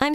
I'm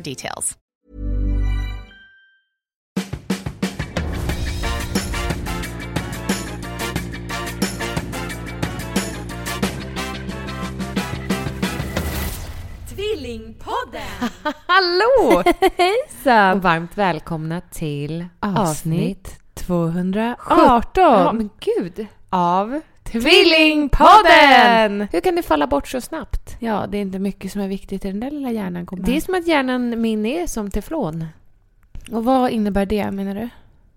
details. Tvillingpodden! Hallå! Hejsan! Och varmt välkomna till avsnitt Avsnitt 218 Ja, 18! men gud. av Tvillingpodden! Hur kan det falla bort så snabbt? Ja, det är inte mycket som är viktigt i den där lilla hjärnan gumman. Det är som att hjärnan min är som teflon. Och vad innebär det menar du?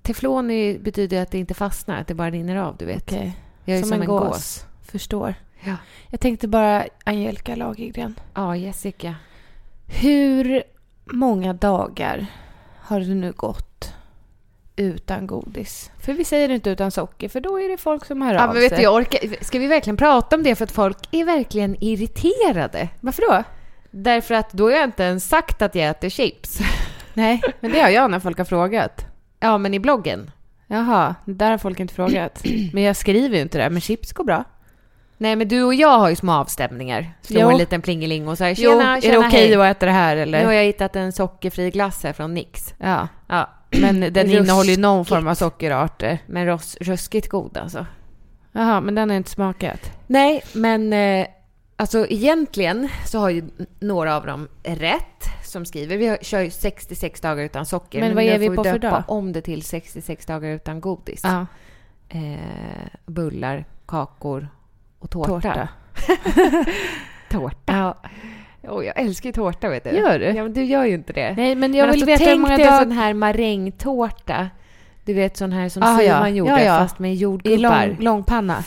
Teflon är, betyder att det inte fastnar, att det bara rinner av, du vet. Okej, Jag är som, en gås. Förstår. Ja. Jag tänkte bara Angelica Lagergren. Ja, Jessica. Hur många dagar har det nu gått utan godis? För vi säger inte utan socker, för då är det folk som hör Ja, av men vet sig. du, jag orkar. Ska vi verkligen prata om det för att folk är verkligen irriterade? Varför då? Därför att då har jag inte ens sagt att jag äter chips. Nej, men det har jag när folk har frågat. Ja, men i bloggen. Jaha, där har folk inte frågat. Men jag skriver ju inte det, men chips går bra. Nej, men du och jag har ju små avstämningar. Slår Jo. en liten plingeling och säger Jo, tjena, är det tjena, okej hej. att äta det här eller? Nu har jag hittat en sockerfri glass här från Nix. Ja, Ja, men den Ruskigt. innehåller ju någon form av sockerarter. men ros- ruskigt god alltså. Jaha, men den har jag inte smakat. Nej, men eh, alltså egentligen så har ju n- några av dem rätt som skriver. Vi har, kör ju 66 dagar utan socker. Men vad nu är vi får på för döpa dag? om det till 66 dagar utan godis. Ja, Eh, bullar, kakor och tårta. tårta. Tårta. Ja. Åh, jag älskar ju tårta vet du. Gör du? Ja, men du gör ju inte det. Nej, men jag men vill alltså, veta hur tänk många dig en dagar... sån här marängtårta. Du vet sån här som Ah, ja. Simon gjorde Ja, ja. fast med I jordgubbar. lång, långpanna.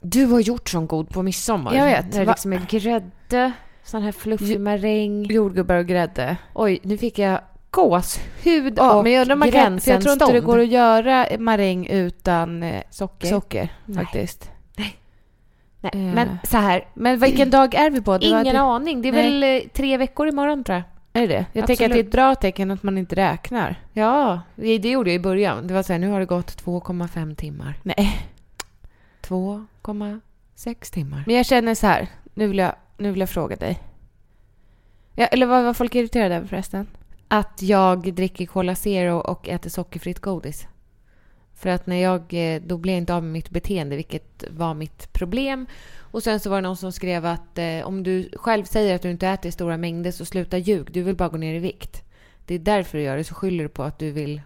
Du har gjort sån god på midsommar. Jag vet. Där det Va- liksom är grädde, sån här fluffig Ju- maräng. Jordgubbar och grädde. Oj, nu fick jag gåshud Ja, och men jag undrar om man kan, för jag tror inte det gränsenstånd. går att göra maräng utan eh, Socker. socker Nej. faktiskt. Nej, Eh. men så här. Men vilken dag är vi på? Det var- typ- Ingen aning. Det är Nej. väl eh, tre veckor imorgon tror jag. Är det det? Jag tänker att det är Absolut. ett bra tecken att man inte räknar. Ja, det det gjorde jag i början. Det var så här, nu har det gått 2,5 timmar. Nej. 2,6 timmar. Men jag känner så här, nu vill jag, nu vill jag fråga dig. Ja, eller vad var folk irriterade över förresten? Att jag dricker Cola Zero och äter sockerfritt godis. För att när jag, eh, då blev jag inte av med mitt beteende, vilket var mitt problem. Och sen så var det någon som skrev att eh, om du själv säger att du inte äter i stora mängder så sluta ljug. Du vill bara gå ner i vikt. Det är därför du gör det. Så skyller du på att du vill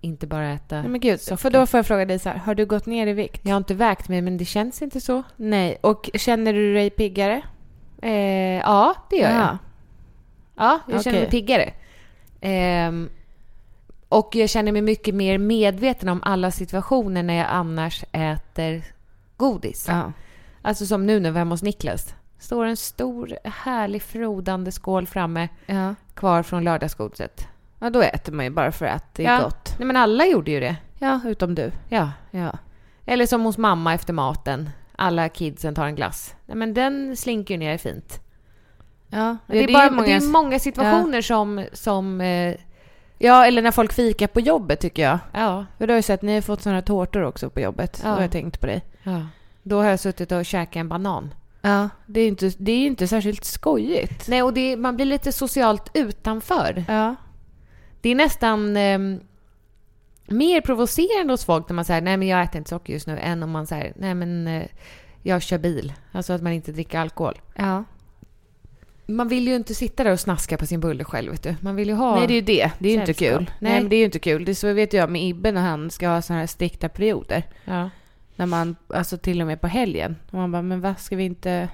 inte bara äta. Nej men gud, så för då får jag fråga dig så här, har du gått ner i vikt? Jag har inte vägt mig men det känns inte så. Nej, och känner du dig piggare? Eh, ja, det gör jag. Ja. Ja, jag känner mig Okej. piggare. Ehm, och jag känner mig mycket mer medveten om alla situationer när jag annars äter godis. ja. Alltså som nu när vi var hemma hos Niklas. Står en stor, härlig, frodande skål framme Ja. kvar från lördagsgodiset. Ja, då äter man ju bara för att det är Ja. gott. Nej men alla gjorde ju det. Ja, utom du. Ja. Ja. Eller som hos mamma efter maten. Alla kidsen tar en glass. Nej men den slinker ju ner fint. Ja, Det, är, bara, många... det är många situationer som... som eh, Ja, eller när folk fikar på jobbet tycker jag. ja, För då har jag sett, ni har fått sådana tårtor också på jobbet. Ja. Då har jag tänkt på dig. ja. Då har jag suttit och käkat en banan. Ja. Det är ju inte, det är ju inte särskilt skojigt. Nej, och det, man blir lite socialt utanför. Ja. Det är nästan ehm, mer provocerande hos folk när man säger nej men jag äter inte socker just nu än om man säger nej men eh, jag kör bil. Alltså att man inte dricker alkohol. Ja. Man vill ju inte sitta där och snaska på sin bulle själv, vet du. Man vill ju ha... Nej, det är ju det. Det är ju inte Sällskap. kul. Nej. Nej. men det är ju inte kul. Det är så vet jag med Ibbe när han ska ha sådana här strikta perioder. ja. När man, alltså till och med på helgen. Och man bara, men vad ska vi inte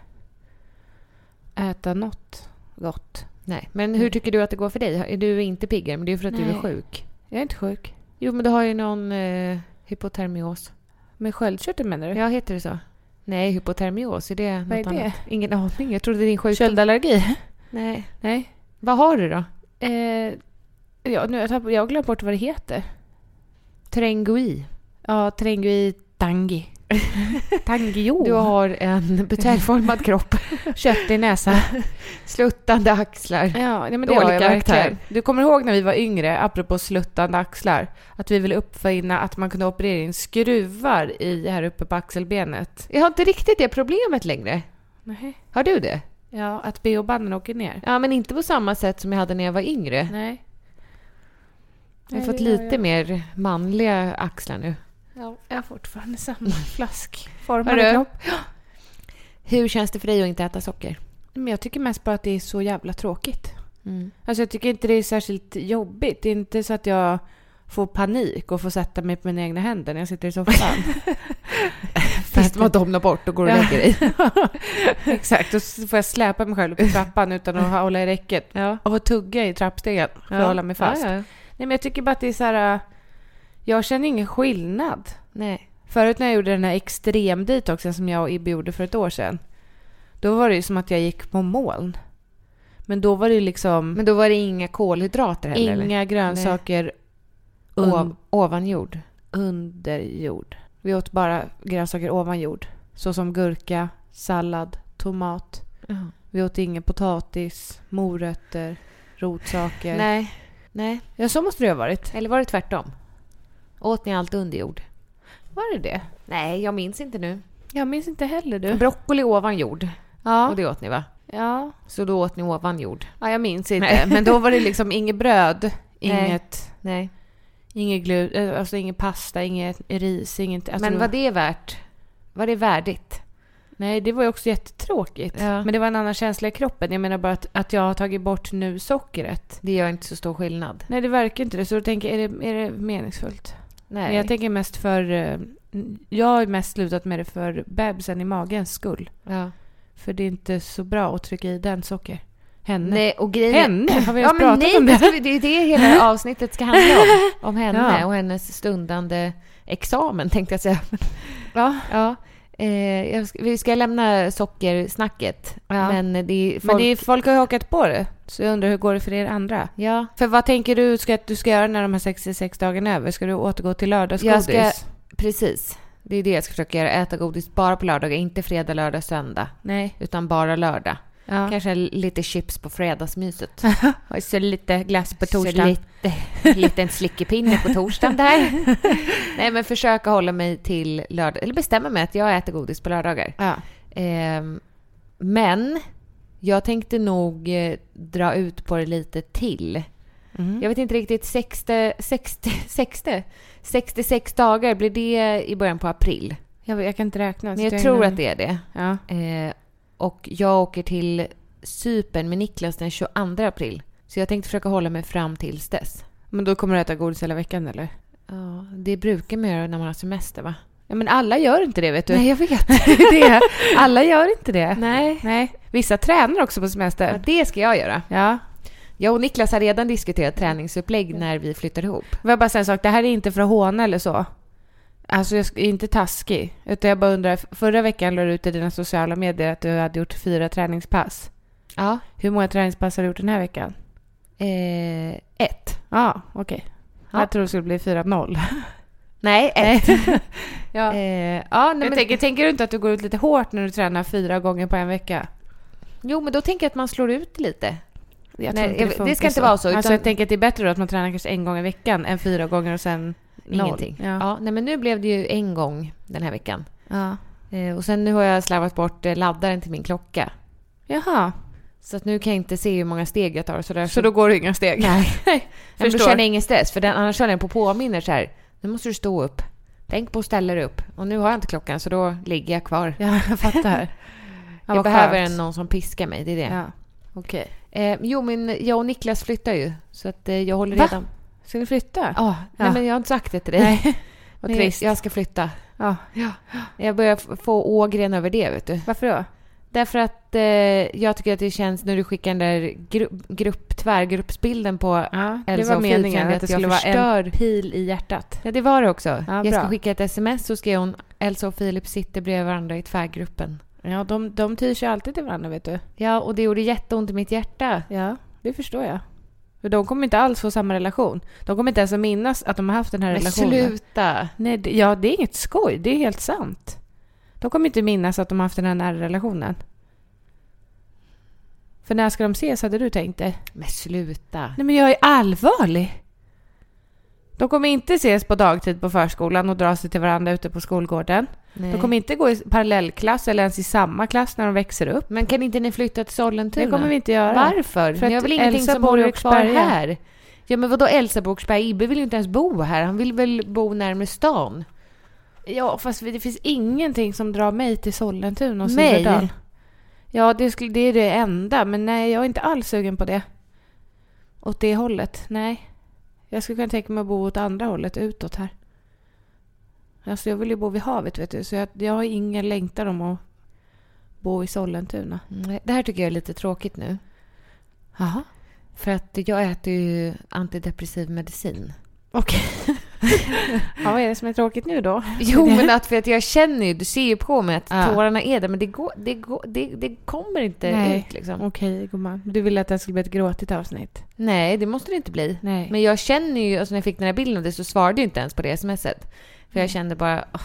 äta något gott? Mm. Nej. Men hur tycker du att det går för dig? Är du inte piggare? Men det är ju för att du är Nej. sjuk. Jag är inte sjuk. Jo, men du har ju någon eh, hypotermios. Med sköldkörteln menar du? Ja, heter det så? Nej, hypotermios. Är det Vad är något det? annat? Ingen aning. Jag trodde din sjukdom... Köldallergi? Nej. Nej. Vad har du då? Eh, ja, nu, jag, tapp, jag har glömt bort vad det heter. Trengui. Ja, trengui tangi. Tangio. Du har en buteljformad kropp. kött i näsa. Sluttande axlar. Ja, nej, men det Dålig har jag karaktär. verkligen. Du kommer ihåg när vi var yngre, apropå sluttande axlar, att vi ville uppfinna att man kunde operera in skruvar i här uppe på axelbenet. Jag har inte riktigt det problemet längre. Nej. Har du det? Ja, att bh-banden åker ner. Ja, men inte på samma sätt som jag hade när jag var yngre. Nej. jag har Nej, fått det lite jag. mer manliga axlar nu. Ja, jag har fortfarande samma flaskformade Hörru. kropp. Hur känns det för dig att inte äta socker? Men jag tycker mest bara att det är så jävla tråkigt. Mm. Alltså jag tycker inte det är särskilt jobbigt. Det är inte så att jag får panik och får sätta mig på mina egna händer när jag sitter i soffan. Fast man domnar bort och går och Ja. lägger dig. Exakt, och så får jag släpa mig själv upp i trappan utan att hålla i räcket. Ja. Och få tugga i trappstegen för att hålla mig fast. Ja, ja. Nej men jag tycker bara att det är så här... äh, Jag känner ingen skillnad. Nej. Förut när jag gjorde den här extrem detoxen som jag och Ibbe gjorde för ett år sedan. Då var det ju som att jag gick på moln. Men då var det ju liksom Men då var det inga kolhydrater heller? eller? inga grönsaker Ov- un- ovan jord? under jord. Vi åt bara grönsaker ovan jord. Såsom gurka, sallad, tomat. Vi åt ingen potatis, morötter, rotsaker. Nej. Nej. Ja, så måste det ha varit. Eller var det tvärtom? Åt ni allt under jord? Var det det? Nej, jag minns inte nu. Jag minns inte heller du. Broccoli ovan jord. Ja, Och det åt ni va? ja. Så då åt ni ovan jord? ja jag minns inte. Nej. Men då var det liksom inget bröd, Nej. inget, Nej. inget glut, eh, alltså ingen pasta, inget ris, inget... Alltså, Men var det värt? Var det värdigt? Nej, det var ju också jättetråkigt. Ja. Men det var en annan känsla i kroppen. Jag menar bara att, att jag har tagit bort nu sockret. Det gör inte så stor skillnad. Nej, det verkar inte det. Så då tänker jag, är det, är det meningsfullt? Nej. Men jag tänker mest för... eh, Jag har ju mest slutat med det för bebisen i magens skull. ja. För det är inte så bra att trycka i den socker. Henne. Nej, och grejen... Henne? Har vi Ja, ens men pratat nej, om det, det? ska vi- det är det hela det här avsnittet ska handla om. Om henne Ja. och hennes stundande examen, tänkte jag säga. Ja. Ja. Eh, jag ska, vi ska lämna sockersnacket. Ja. Men det är folk... Men det är, folk har ju hakat på det. Så jag undrar hur går det för er andra? Ja. För vad tänker du ska, att du ska göra när de här 66 dagarna är över? Ska du återgå till Jag lördagsgodis? ska- Precis. Det är det jag ska försöka göra. Äta godis bara på lördagar. Inte fredag, lördag, söndag. Nej. Utan bara lördag. Ja. Kanske lite chips på fredagsmyset. Och så lite glass på Så torsdagen. lite, liten slickepinne på torsdagen där. Nej, men försöka hålla mig till lördag. Eller bestämma mig att jag äter godis på lördagar. Ja. Ehm, men jag tänkte nog eh, dra ut på det lite till. Mm. Jag vet inte riktigt, 60, 60, 60, 66 dagar, blir det i början på april? Jag, jag kan inte räkna. Men jag tror att det är det. Ja. Eh, och jag åker till Cypern med Niklas den 22 april. Så jag tänkte försöka hålla mig fram tills dess. Men då kommer du äta godis hela veckan eller? Ja, det brukar man göra när man har semester va? Ja, men alla gör inte det vet du. Nej, jag vet. det. Alla gör inte det. Nej. Nej. Vissa tränar också på Ja, semester. det ska jag göra. Ja. Jag och Niklas har redan diskuterat träningsupplägg när vi flyttar ihop. Får jag bara säga en sak? Det här är inte för att håna eller så. Alltså jag är inte taskig. Utan jag bara undrar, förra veckan la du ut i dina sociala medier att du hade gjort fyra träningspass. Ja. Hur många träningspass har du gjort den här veckan? Eh, ett. Ja, okej. Ja. Jag tror det skulle bli 4-0. Nej, ett. Ja. eh, ja, nej, jag men, tänker, tänker du inte att du går ut lite hårt när du tränar fyra gånger på en vecka? jo, men då tänker jag att man slår ut lite. Jag Nej, tror jag vet- det funkar ska inte vara så, Alltså, utan- jag tänker att det är bättre då att man tränar kanske en gång i veckan än fyra gånger och sen noll. Ingenting. Ja. Ja. nej, men nu blev det ju en gång den här veckan. Ja. Eh, och sen nu har jag slarvat bort eh, laddaren till min klocka. Jaha, Så att nu kan jag inte se hur många steg jag tar. Så, där, så då går det inga steg? Nej. men då Förstår. känner jag ingen stress. För den, annars känner jag på påminner så här. Nu måste du stå upp. Tänk på att ställa dig upp. Och nu har jag inte klockan så då ligger jag kvar. Ja, jag fattar. Ja, jag vad behöver skönt. en, någon som piskar mig. Det är det. Ja. Okej. Eh, jo, men jag och Niklas flyttar ju. Så att eh, jag håller Va? redan... Ska ni flytta? Ah, Nej, Ja. men jag har inte sagt det till dig. Nej. Vad trist. Jag ska flytta. Ja. Jag börjar f- få Ågren över det, vet du. Varför då? Därför att eh, jag tycker att det känns när du skickar den där gru- grupp, tvärgruppsbilden på Ja, det Elsa var och meningen Filfjäll, att det att jag skulle vara en förstör- pil i hjärtat. Ja, det var det också. jag ska bra. skicka ett sms så skrev hon Elsa och Filip sitter bredvid varandra i tvärgruppen. Ja, de, de tyr sig alltid till varandra, vet du. Ja, och det gjorde jätteont i mitt hjärta. Ja, det förstår jag. För de kommer inte alls få samma relation. De kommer inte ens att minnas att de har haft den här Men relationen. sluta! Nej, det, ja, det är inget skoj. Det är helt sant. De kommer inte minnas att de har haft den här nära relationen. För när ska de ses, hade du tänkt dig? Men sluta! Nej, men jag är allvarlig. De kommer inte ses på dagtid på förskolan och dra sig till varandra ute på skolgården. Nej. De kommer inte gå i parallellklass eller ens i samma klass när de växer upp. Men kan inte ni flytta till Sollentuna? Det kommer vi inte göra. Varför? För ni har att väl ingenting Elsa som bor i håller er kvar Åkersberga. här? Ja, men vadå Elsa bor i Åkersberga? Ibbe vill ju inte ens bo här. Han vill väl bo närmare stan? Ja, fast det finns ingenting som drar mig till Sollentuna och Nej. Silverdal. Ja, det, skulle, det är det enda, men nej, jag är inte alls sugen på det. Åt det hållet, nej. Jag skulle kunna tänka mig att bo åt andra hållet, utåt här. Alltså jag vill ju bo vid havet, vet du, så jag, jag har ingen längtan om att bo i Sollentuna. Nej, Det här tycker jag är lite tråkigt nu. Jaha. För att jag äter ju antidepressiv medicin. Okej. ja, vad är det som är tråkigt nu då? Jo, men att, för att jag känner ju, du ser ju på mig att Ja. tårarna är där, men det, går, det, går, det, det kommer inte Nej. ut liksom. Okej, gumman. Du ville att det skulle bli ett gråtigt avsnitt? Nej, det måste det inte bli. Nej. Men jag känner ju, alltså när jag fick den här bilden av dig så svarade jag inte ens på det smset. För jag kände bara, åh.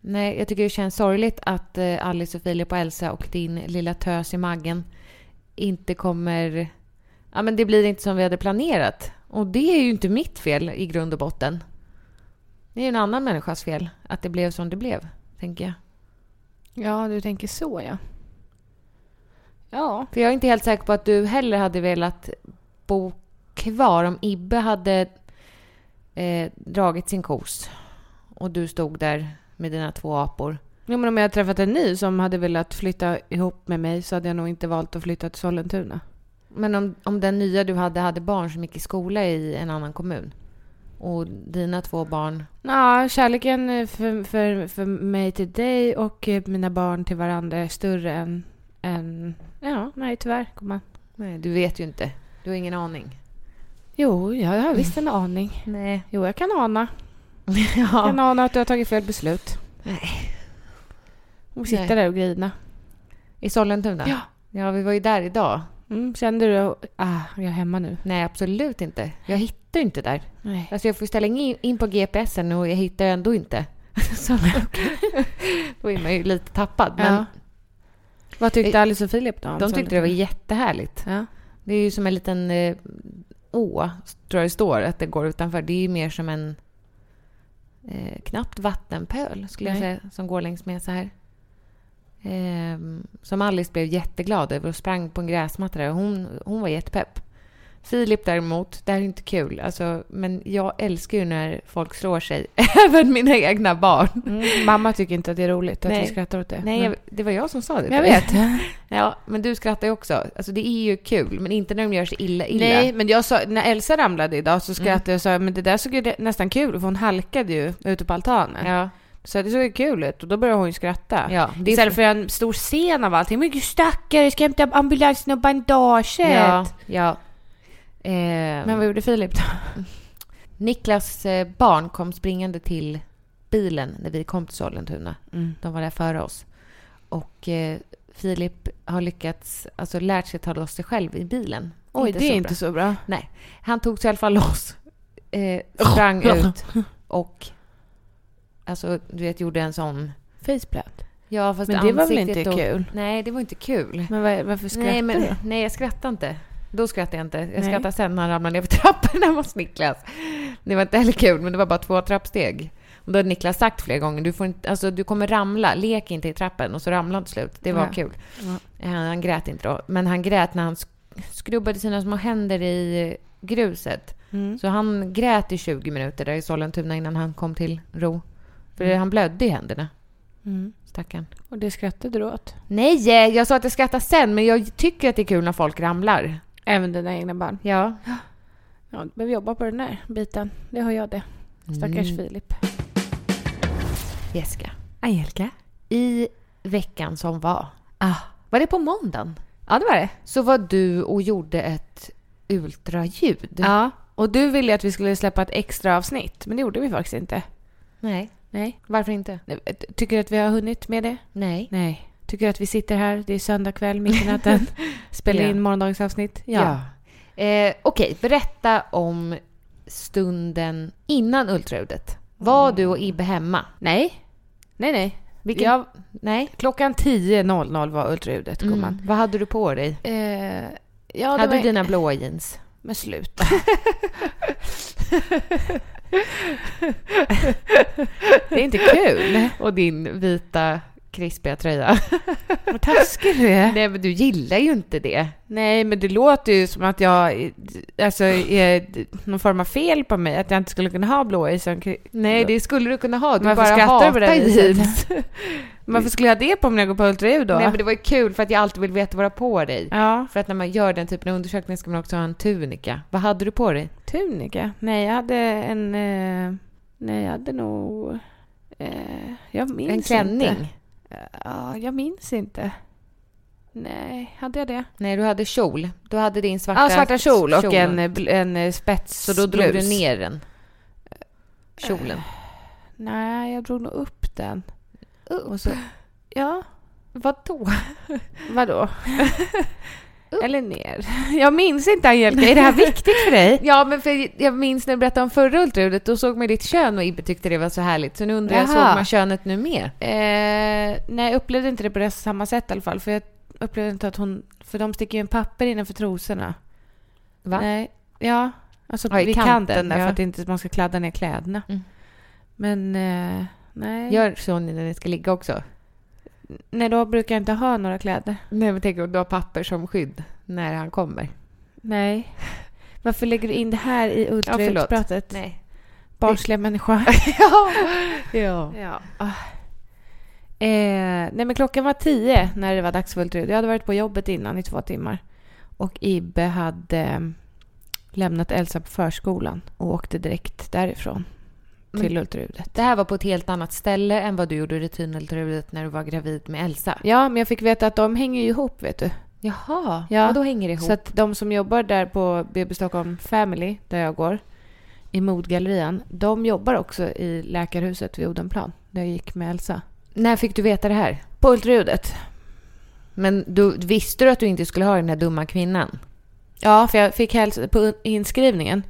Nej, jag tycker det känns sorgligt att eh, Alice och Filip och Elsa och din lilla tös i maggen inte kommer... Ja, men det blir inte som vi hade planerat. Och det är ju inte mitt fel i grund och botten. Det är ju en annan människas fel att det blev som det blev, tänker jag. Ja, du tänker så ja. Ja. För jag är inte helt säker på att du heller hade velat bo kvar om Ibbe hade eh, dragit sin kos och du stod där med dina två apor. Jo, men om jag hade träffat en ny som hade velat flytta ihop med mig så hade jag nog inte valt att flytta till Sollentuna. Men om, om den nya du hade hade barn som gick i skola i en annan kommun och dina två barn... Ja, kärleken eh, för, för, för mig till dig och eh, mina barn till varandra är större än... än ja, nej tyvärr. gumman. Nej, du vet ju inte. Du har ingen aning. Jo, jag har visst en aning. Nej. Jo, jag kan ana. Jag kan ja. ana att du har tagit fel beslut. Nej. Och sitta Nej. där och grina. I Sollentuna? Ja. Ja, vi var ju där idag. Mm, kände du ah, jag är hemma nu? Nej, absolut inte. Jag hittar ju inte där. Nej. Alltså jag får ställa in, in på GPSen och jag hittar ändå inte. Så, då är man ju lite tappad. Men Eh, Ja. Vad tyckte Alice och Filip då? Alltså- om de tyckte det var Sollentuna? jättehärligt. Ja. Det är ju som en liten eh, å, tror jag det står, att det går utanför. Det är ju mer som en eh, knappt vattenpöl, skulle jag Nej. säga, som går längs med så här. Ehm, som Alice blev jätteglad över och sprang på en gräsmatta där. Hon, hon var jättepepp. Filip däremot, det här är inte kul. Alltså, men jag älskar ju när folk slår sig. Även mina egna barn. Mm, mamma tycker inte att det är roligt att Nej. vi skrattar åt det. Nej, Mm. jag, det var jag som sa det. Jag till dig. vet. Ja, men du skrattar ju också. Alltså det är ju kul, men inte när de gör sig illa illa. Nej, men jag sa, när Elsa ramlade idag så skrattade Mm. jag och sa men det där såg ju det- nästan kul för hon halkade ju ute på altanen. Ja. Så det såg ju kul ut och då började hon ju skratta. Ja, det är Istället för- för en stor scen av allting. Men gud stackare, ska jag hämta ambulansen och bandaget? Ja, ja. Eh, Men vad gjorde Filip då? Niklas eh, barn kom springande till bilen när vi kom till Sollentuna. Mm. De var där före oss. Och eh, Filip har lyckats, alltså lärt sig ta loss sig själv i bilen. Oj, det är så inte bra. så bra. Nej, han tog sig i alla fall loss, eh, sprang ut och alltså, du vet, gjorde en sån... Faceplant. Ja, fast Men det var väl ansiktet inte och, kul? Nej, det var inte kul. Men var, varför skrattar Nej, men, du? nej, jag skrattar inte. Då skrattar jag inte. Jag Nej. skrattar sen när han ramlar ner för trapporna hos Niklas. Det var inte heller kul, men det var bara två trappsteg. Och då hade Niklas sagt flera gånger, du, får inte, alltså, du kommer ramla, lek inte i trappen. Och så ramlade han till slut. Det var Ja. kul. Eh, Han, han grät inte då, men han grät när han sk- skrubbade sina små händer i gruset. Mm. Så han grät i Mm. 20 minuter där i Sollentuna innan han kom till ro. För han blödde i händerna. Stackarn. Och det skrattade du åt? Nej, eh, jag sa att jag skrattar sen, men jag tycker att det är kul när folk ramlar. Även dina egna barn? Ja. Ja, du behöver jobba på den där biten. Det har jag det. Stackars Filip. Mm, Jessica, Angelica? i veckan som var, Ah. var det på måndagen? Ja, det var det. Så var du och gjorde ett ultraljud. Ja, och du ville att vi skulle släppa ett extra avsnitt, men det gjorde vi faktiskt inte. Nej. Nej. eh, Varför inte? Tycker du att vi har hunnit med det? Nej. Nej. Tycker du att vi sitter här, det är söndag kväll, mitt i natten, spelar Ja. in morgondagens avsnitt? Eh, Okej, berätta om stunden innan ultraljudet. Var du och Ibbe hemma? Nej. Nej, nej. Vilken- Jag, Nej. klockan 10.00 var ultraljudet, gumman. Mm. Vad hade du på dig? Eh, Mm. ja, det hade var- du dina blåa jeans? Men sluta. Det är inte kul. och din vita krispiga tröja. Vad taskig du är. Nej, men du gillar ju inte det. Nej, men det låter ju som att jag... Alltså, är det någon form av fel på mig? Att jag inte skulle kunna ha blå i som... Nej, det skulle du kunna ha. Du Varför bara skrattar du på det hatar här viset? jeans. Varför skulle jag ha det på mig när jag går på ultraljud då? Nej, men det var ju kul för att jag alltid vill veta vad du har på dig. Ja. För att när man gör den typen av undersökning ska man också ha en tunika. Vad hade du på dig? Tunika? Nej, jag hade en... Eh, nej, jag hade nog... Eh, jag minns En klänning? inte. Ja, jag minns inte. Nej, hade jag det? Nej, du hade kjol. Du hade din svarta... Ja, svarta kjol och en, kjolen. eh, bl- en eh, spets. Så då drog blus. du ner den? Kjolen? Nej, jag drog nog upp den. Upp? Och så, ja, Vadå? vadå? Eller ner. Jag minns inte Angelica, är det här viktigt för dig? Ja, men för jag minns när du berättade om förra ultraljudet, då såg man ditt kön och Ibbe tyckte det var så härligt. Så nu undrar jag, såg Jaha. man könet nu mer? Eh, nej, jag upplevde inte det på det samma sätt i alla fall. För jag upplevde inte att hon... För de sticker ju en papper innanför trosorna. Va? Nej, ja. Alltså Ja, i vid kanten, kanten, där ja. för att inte man ska kladda ner kläderna. Mm. Men eh, nej. Gör så ni när ni ska ligga också? nej, då brukar jag inte ha några kläder. Nej, men tänk om du har papper som skydd när han kommer. Nej. Varför lägger du in det här i ultraljudspratet? Nej. Barnsliga människa. Ja. ja. ah. Eh, nej, men klockan var tio när det var dags för ultraljud. Jag hade varit på jobbet innan i två timmar. Och Ibbe hade eh, lämnat Elsa på förskolan och åkte direkt därifrån till ultraljudet. Det här var på ett helt annat ställe än vad du gjorde i rutinultraljudet när du var gravid med Elsa. Ja, men jag fick veta att de hänger ju ihop, vet du. Jaha, Ja. ja. då hänger det ihop? Så att de som jobbar där på BB Stockholm Family, där jag går, i modgallerian, de jobbar också i läkarhuset vid Odenplan, där jag gick med Elsa. När fick du veta det här? På ultraljudet? Men du, visste du att du inte skulle ha den här dumma kvinnan? Ja, för jag fick hälsa på inskrivningen.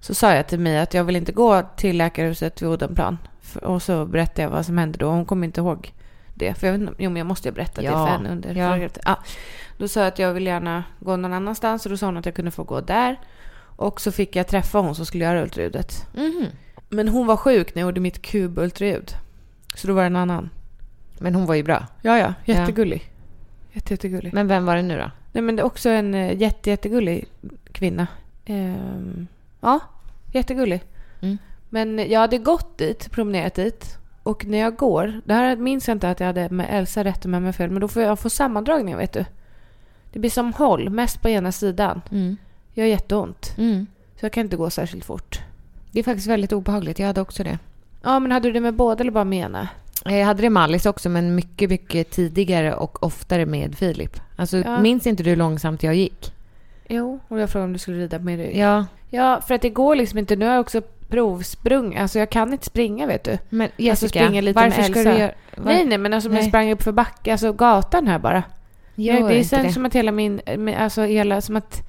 Så sa jag till Mia att jag vill inte gå till läkarhuset vid Odenplan. F- Och så berättade jag vad som hände då. Hon kommer inte ihåg det. För jag, vet inte- jo, men jag måste ju berätta det Ja. för henne under Ja. ja. ja. Då sa jag att jag vill gärna gå någon annanstans. Och då sa hon att jag kunde få gå där. Och så fick jag träffa hon som skulle göra ultraljudet. Mhm. Men hon var sjuk när jag gjorde mitt kubultraljud. Så då var det en annan. Men hon var ju bra. Ja, ja. Ja. Jättegullig. Jätte, jättegullig. Men vem var det nu då? Nej men det är också en eh, jätte, jättegullig kvinna. Ehm, ja, jättegullig. Mm. Men jag hade gått dit, promenerat dit. Och när jag går, det här minns jag inte att jag hade med Elsa rätt och med mig fel, men då får jag få sammandragningar vet du. Det blir som håll, mest på ena sidan. Mm. Jag har jätteont, så jag kan inte gå särskilt fort. Det är faktiskt väldigt obehagligt. Jag hade också det. Ja, men hade du det med båda eller bara med ena? Jag Eh, hade det med Alice också, men mycket, mycket tidigare och oftare med Filip. Alltså, Ja. minns inte du hur långsamt jag gick? Jo, och jag frågade om du skulle rida på min rygg. Ja. Ja, för att det går liksom inte. Nu har jag också provsprung, alltså jag kan inte springa vet du. men Jessica, Alltså, springa lite varför med ska Elsa. du göra... var- Nej, nej, men alltså om jag Nej. sprang upp för backen, alltså gatan här bara. Gör Jag, det är inte sen det. som att hela min, min- alltså hela, som att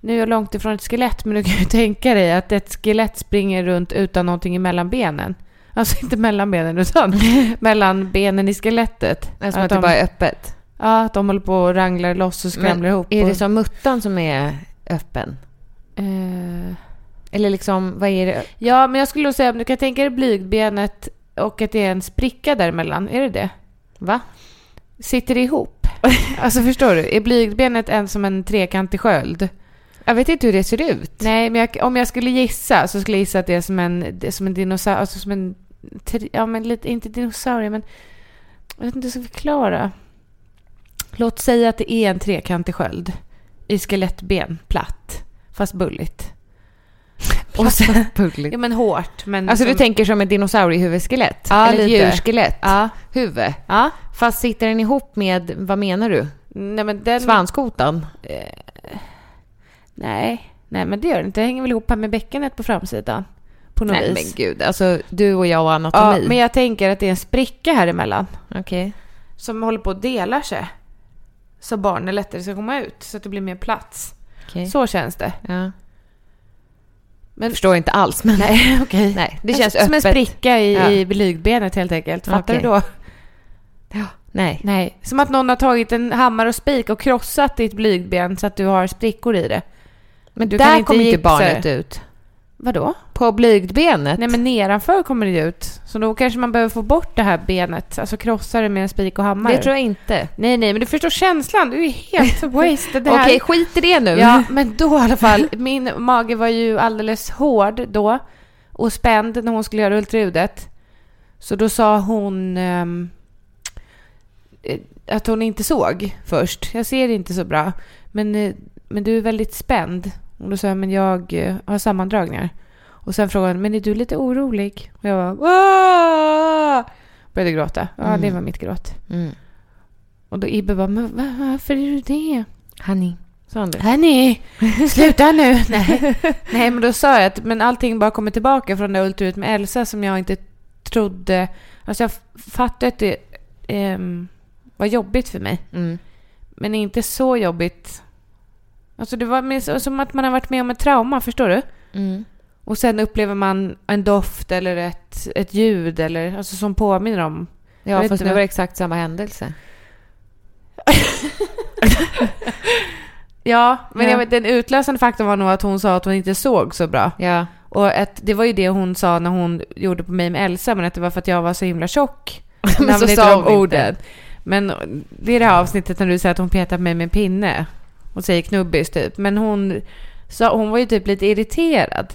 nu är jag långt ifrån ett skelett, men du kan ju tänka dig att ett skelett springer runt utan någonting emellan benen. Alltså inte mellan benen, utan mellan benen i skelettet. Alltså, som att de, det bara är öppet. Ja, att de håller på och ranglar loss och skramlar Men ihop. Är det och, som muttan som är öppen? Eh, Eller liksom, vad är det? ja, men jag skulle nog säga, om du kan tänka dig blygbenet och att det är en spricka däremellan, är det det? Va? Sitter det ihop? Alltså förstår du? Är blygbenet en som en trekantig sköld? Jag vet inte hur det ser ut. Nej, men jag, om jag skulle gissa så skulle jag gissa att det är som en, det är som en dinosaurie, alltså som en, tri- ja men lite, inte dinosaurie men Jag vet inte hur jag ska förklara. Låt säga att det är en trekantig sköld i skelettben, platt, fast bulligt. Och sen, Pugligt. ja men hårt, men... liksom- Alltså du som- tänker som ett dinosauriehuvudsskelett? Ja, Eller ett lite. djurskelett? Ja. Huvud? ja. Fast sitter den ihop med, vad menar du? Nej men den... Svanskotan? Nej. Nej men det gör det inte. Det hänger väl ihop här med bäckenet på framsidan. På något Nej vis. men gud, alltså du och jag och Ja, anatomi. men jag tänker att det är en spricka här emellan. Okej. Som håller på att dela sig. Så barnen lättare ska komma ut. Så att det blir mer plats. okej. Så känns det. Ja. Men- Förstår inte alls men... Nej, okej. Nej, det känns Som en öppet. spricka i, Ja. i blygdbenet helt enkelt. Fattar Okej. du då? Nej. Nej. Som att någon har tagit en hammare och spik och krossat ditt blygdben så att du har sprickor i det. Men du Där kan inte kommer ge gipset. barnet ut. Vadå? På blygdbenet? Nej men nedanför kommer det ju ut. Så då kanske man behöver få bort det här benet. Alltså krossa det med en spik och hammare. det tror jag inte. Nej nej men du förstår känslan. Du är helt wasted. Det Okej, här- skit i det nu. Ja, men då i alla fall. Min mage var ju alldeles hård då och spänd när hon skulle göra ultraljudet. Så då sa hon ehm, eh, att hon inte såg först. Jag ser inte så bra. Men, eh, men du är väldigt spänd. Och då sa jag, men jag eh, har sammandragningar. Och sen frågade hon, men är du lite orolig? Och jag var, Åh! Började gråta. Ja, det var mitt gråt. Mm. Och då Ibbe bara, men va- varför är du det? Honey. Sa han det? Hörni, sluta nu! Nej. Nej, men då sa jag att men allting bara kommer tillbaka från det där ultraljudet med Elsa som jag inte trodde... Alltså jag f- fattade att det ehm, var jobbigt för mig. Mm. Men inte så jobbigt. Alltså det var mer så- som att man har varit med om ett trauma, förstår du? Mm. Och sen upplever man en doft eller ett, ett ljud eller, alltså som påminner om... Jag Ja, vet fast inte nu vad- var det exakt samma händelse. Ja, men Ja. Jag vet, den utlösande faktorn var nog att hon sa att hon inte såg så bra. Ja. Och att det var ju det hon sa när hon gjorde på mig med Elsa, men att det var för att jag var så himla tjock. Men När så hon inte sa om hon orden. inte. Men det är det här avsnittet när du säger att hon petar på mig med en pinne och säger knubbis typ. Men hon, sa, hon var ju typ lite irriterad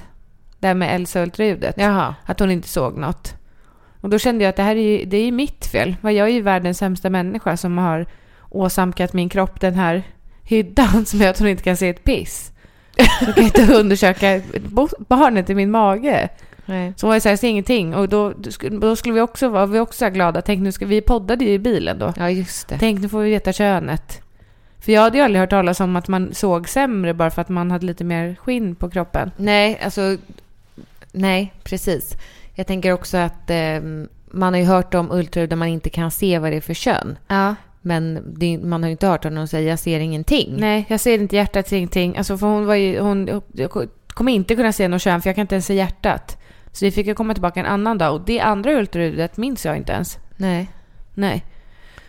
där med Elsa och ultraljudet. Jaha. Att hon inte såg något. Och då kände jag att det här är ju, det är ju mitt fel. Vad Jag är ju världens sämsta människa som har åsamkat min kropp den här hyddan som gör att hon inte kan se ett piss. Hon kan inte undersöka bo- barnet i min mage. Nej. Så hon var ju såhär, jag ser ingenting. Och då, då skulle- då skulle vi också vara vi också var glada. Tänk nu ska vi poddade ju i bilen då. Ja, just det. Tänk nu får vi veta könet. För jag hade ju aldrig hört talas om att man såg sämre bara för att man hade lite mer skinn på kroppen. Nej, alltså... Nej, precis. Jag tänker också att eh, man har ju hört om ultraljud där man inte kan se vad det är för kön. Ja. Men det, man har ju inte hört om någon säga jag ser ingenting. Nej, jag ser inte hjärtat, ser ingenting. Alltså för hon var ju, hon, jag kommer inte kunna se något kön för jag kan inte ens se hjärtat. Så vi fick ju komma tillbaka en annan dag och det andra ultraljudet minns jag inte ens. Nej. Nej.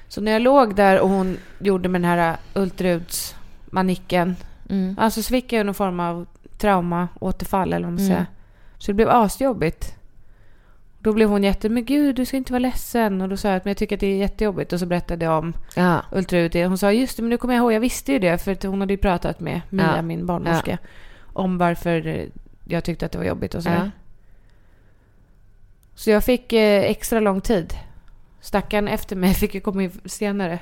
Så när jag låg där och hon gjorde med den här ultraljudsmanicken. Mm. Alltså så fick jag ju någon form av trauma, återfall eller vad man Mm. säger. Så det blev asjobbigt. Då blev hon jätte, men gud du ska inte vara ledsen. Och då sa jag att men jag tycker att det är jättejobbigt. Och så berättade jag om Ja. ultraljudet. Hon sa just det, men nu kommer jag ihåg, jag visste ju det för att hon hade ju pratat med Mia, Ja. min barnmorska, om varför jag tyckte att det var jobbigt och sådär. ja. Så jag fick eh, extra lång tid. Stackaren efter mig fick ju komma in senare.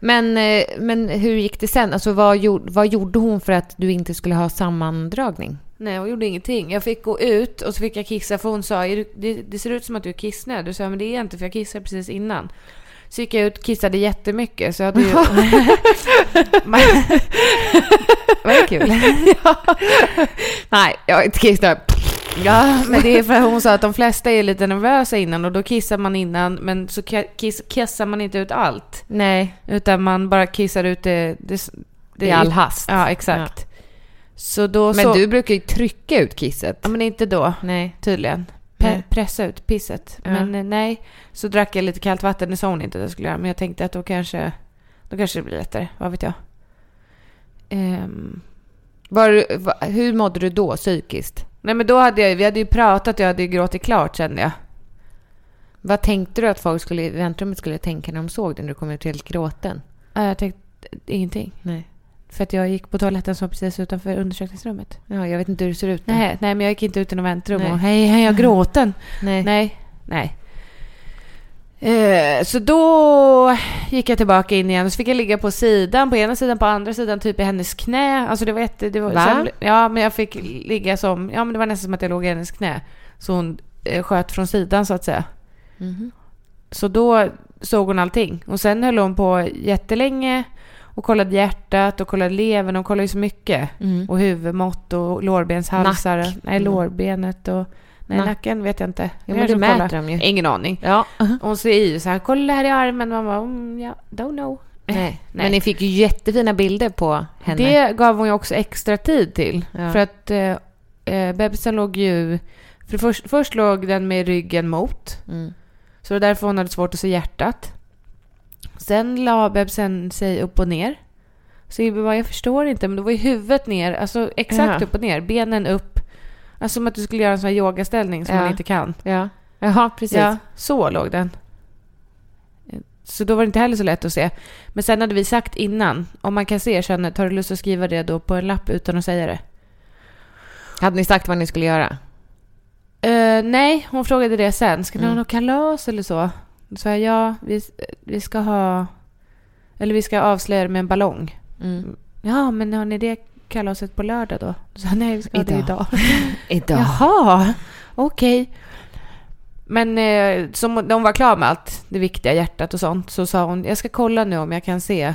Men, eh, men hur gick det sen? Alltså, vad, gjorde, vad gjorde hon för att du inte skulle ha sammandragning? Nej, hon gjorde ingenting. Jag fick gå ut och så fick jag kissa för hon sa "Är du- det, det ser ut som att du är kissnödig. Då sa jag men det är jag inte för jag kissade precis innan. Så gick jag ut och kissade jättemycket så jag hade ju... Var det kul? Nej, jag är inte kissnödig. Ja, men det är för att hon sa att de flesta är lite nervösa innan och då kissar man innan men så ka- kiss, kissar man inte ut allt. Nej, Utan man bara kissar ut det... det, det i all hast. Ja, exakt. Så då Men så... du brukar ju trycka ut kisset. Ja, men inte då Nej. tydligen. Pe- Nej. Pressa ut pisset. Ja. Men eh, nej, så drack jag lite kallt vatten. Det sa hon inte att jag skulle göra men jag tänkte att då kanske, då kanske det blir lättare. Vad vet jag. Ehm, Var, du- va- hur mådde du då psykiskt? nej men då hade jag, vi hade ju pratat jag hade ju gråtit klart kände jag. Vad tänkte du att folk skulle, i väntrummet skulle tänka när de såg dig när du kom ut helt gråten? Ja, Jag tänkte eh, ingenting. Nej. För att jag gick på toaletten som var precis utanför undersökningsrummet. Ja, jag vet inte hur det ser ut. nu. Nej, nej men jag gick inte ut i något väntrum Nej. och hej, hej, jag gråten. Nej. nej, nej. Eh, så då gick jag tillbaka in igen och så fick jag ligga på sidan, på ena sidan, på andra sidan, typ i hennes knä. Alltså det var jätte... Det var, Va? sen- ja, men jag fick ligga som... Ja, men det var nästan som att jag låg i hennes knä. Så hon eh, sköt från sidan så att säga. Mhm. Så då såg hon allting. Och sen höll hon på jättelänge och kollade hjärtat och kollade levern. Hon kollade ju så mycket. Mm. Och huvudmått och lårbenshalsar. Nack. Mm. Nej, lårbenet och... Nej, Nack. nacken vet jag inte. Ja, Det men är det som mäter kollar. de ju. Ingen aning. Ja. Hon säger ju så här, kolla här i armen. Man bara, mm, ja, don't know. Nej. Eh, Men ni fick ju jättefina bilder på henne. Det gav hon ju också extra tid till. Ja. För att eh, eh, bebisen låg ju... För först, först låg den med ryggen mot. Mm. Så det var därför hon hade svårt att se hjärtat. Sen la bebisen sig upp och ner. Så Ibbe bara, jag förstår inte. Men då var ju huvudet ner. Alltså exakt Jaha. upp och ner. Benen upp. Alltså som att du skulle göra en sån här yogaställning som Ja. man inte kan. Ja. Jaha, precis. Ja, så låg den. Så då var det inte heller så lätt att se. Men sen hade vi sagt innan, om man kan se könet, har du lust att skriva det då på en lapp utan att säga det? Hade ni sagt vad ni skulle göra? Eh, nej, hon frågade det sen. Ska ni ha Mm. något kalas eller så? Då sa jag ja, vi, vi ska ha... Eller vi ska avslöja det med en ballong. Mm. Ja, men har ni det kalaset på lördag då? Då sa jag nej, vi ska ha det Idag. idag. Idag. Jaha, okej. Men eh, som, när hon var klar med allt det viktiga, hjärtat och sånt, så sa hon jag ska kolla nu om jag kan se.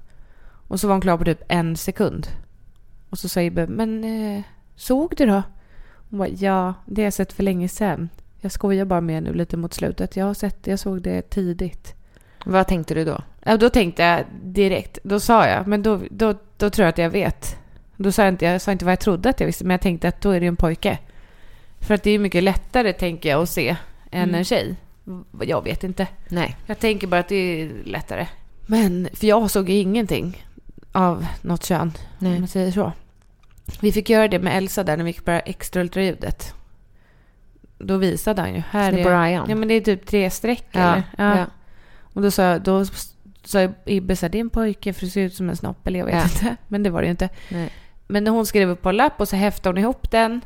Och så var hon klar på typ en sekund. Och så sa Ibbe, men eh, såg du då? Hon bara, ja, det har jag sett för länge sedan. Jag skojar bara med nu lite mot slutet. Jag har sett jag såg det tidigt. Vad tänkte du då? Ja, då tänkte jag direkt, då sa jag, men då, då, då tror jag att jag vet. Då sa jag, inte, jag sa inte vad jag trodde att jag visste, men jag tänkte att då är det ju en pojke. För att det är ju mycket lättare, tänker jag, att se än en tjej. Jag vet inte. Mm. Nej. Jag tänker bara att det är lättare. Men, för jag såg ju ingenting av något kön, Nej. om man säger så. Vi fick göra det med Elsa där när vi fick bara extra ultraljudet. Då visade han ju. Här Snipper är, Ryan. ja, men det är typ tre streck Ja. eller? Ja. Ja. Och då sa, jag- då sa Ibbe så här, det är en pojke för det ser ut som en snopp eller jag vet Ja. inte. Men det var det ju inte. Nej. Men hon skrev upp på en lapp och så häftade hon ihop den.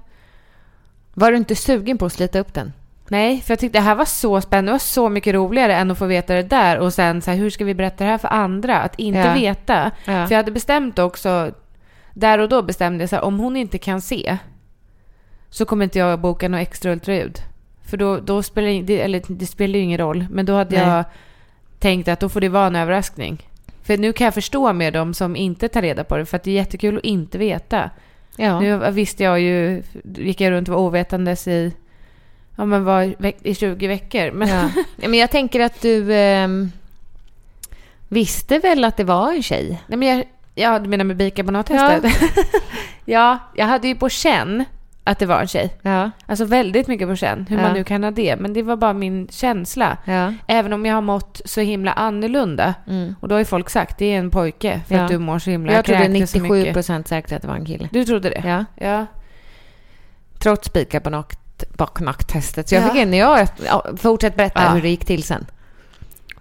Var du inte sugen på att slita upp den? Nej, för jag tyckte det här var så spännande. Det var så mycket roligare än att få veta det där. Och sen så här, hur ska vi berätta det här för andra? Att inte Ja. veta. Ja. För jag hade bestämt också, där och då bestämde jag så här, om hon inte kan se så kommer inte jag boka något extra ultraljud. För då, då spelar det- det, eller det spelar ju ingen roll. Men då hade Nej. jag tänkt att då får det vara en överraskning. För nu kan jag förstå med dem som inte tar reda på det. För att det är jättekul att inte veta. Ja. Nu visste jag ju, gick jag runt och var ovetandes i, ja men var veck- i 20 veckor. Men Ja. Ja, men jag tänker att du ehm, visste väl att det var en tjej? Nej men jag, ja du menar med bikarbonattestet? Ja. ja, jag hade ju på känn att det var en tjej. Ja. Alltså väldigt mycket på känn, hur Ja. man nu kan ha det. Men det var bara min känsla. Ja. Även om jag har mått så himla annorlunda. Mm. Och då har ju folk sagt, det är en pojke för Ja. att du mår så himla, Jag trodde kräktes så 97 mycket. procent säkert att det var en kille. Du trodde det? Ja. Ja. Trots bikarbonattestet. Så jag Ja. fick en, jag, ja, fortsätt berätta Ja. hur det gick till sen.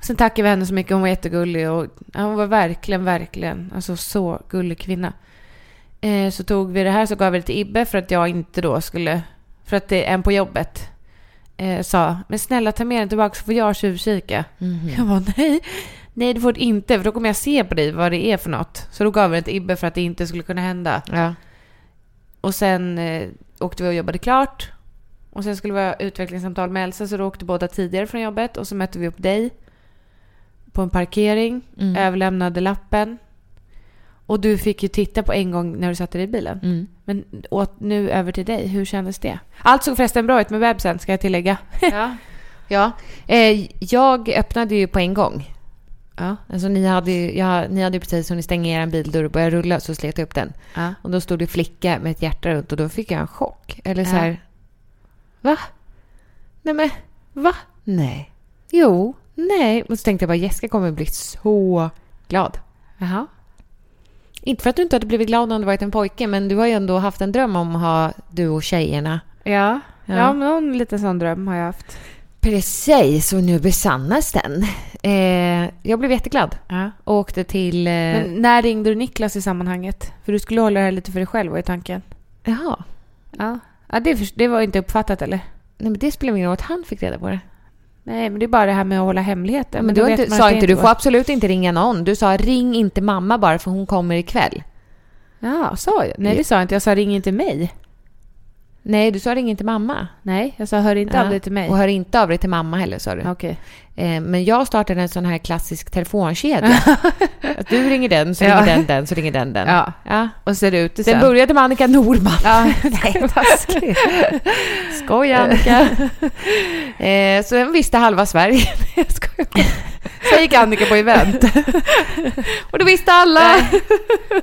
Sen tackade vi henne så mycket. Hon var jättegullig. Och, ja, hon var verkligen, verkligen alltså så gullig kvinna. Eh, så tog vi det här så gav vi det till Ibbe för att jag inte då skulle... För att det är en på jobbet eh, sa men snälla ta med den tillbaka så får jag tjuvkika. Jag var nej, nej det får du inte för då kommer jag se på dig vad det är för något. Så då gav vi den till Ibbe för att det inte skulle kunna hända. Ja. Och sen eh, åkte vi och jobbade klart. Och sen skulle vi ha utvecklingssamtal med Elsa så då åkte båda tidigare från jobbet och så mötte vi upp dig på en parkering, Mm. överlämnade lappen. Och du fick ju titta på en gång när du satte dig i bilen. Mm. Men åt, nu över till dig, hur kändes det? Allt såg förresten bra ut med bebisen ska jag tillägga. Ja. ja. Eh, jag öppnade ju på en gång. Ja. Alltså, ni, hade ju, jag, ni hade ju precis hunnit stänga er bildörr och börja rulla så slet jag upp den. Ja. Och då stod det flicka med ett hjärta runt och då fick jag en chock. Eller så Ja. här, va? Nej men, va? Nej. Jo, nej. Och så tänkte jag bara Jessica kommer bli så glad. Jaha. Inte för att du inte hade blivit glad om det varit en pojke, men du har ju ändå haft en dröm om att ha du och tjejerna. Ja. Ja. Ja, men någon liten sån dröm har jag haft. Precis, och nu besannas den. Eh, jag blev jätteglad Ja. och åkte till... Eh, Men när ringde du Niklas i sammanhanget? För du skulle hålla det här lite för dig själv var ju tanken. Jaha. Ja. ja det, förs- det var inte uppfattat eller? Nej, men det spelar ingen roll att han fick reda på det. Nej, men det är bara det här med att hålla hemligheter. Men, då du har vet inte, man sa att det inte du var- får absolut inte ringa någon. Du sa ring inte mamma bara för hon kommer ikväll. Ja, sa jag? Nej, det sa jag inte. Jag sa ring inte mig. Nej, du sa ring inte mamma. Nej, jag sa hör inte Ja. av dig till mig. Och hör inte av dig till mamma heller sa du. Okej. Eh, men jag startade en sån här klassisk telefonkedja. att du ringer den, så Ja. ringer den den, så ringer den den. Ja. ja. Och så är det ute Den sen. började med Annika Norman. Ja. Nej, vad taskigt. Skoj Annika. eh, så den visste halva Sverige. Nej, jag skojar. Sen gick Annika på event. Och då visste alla.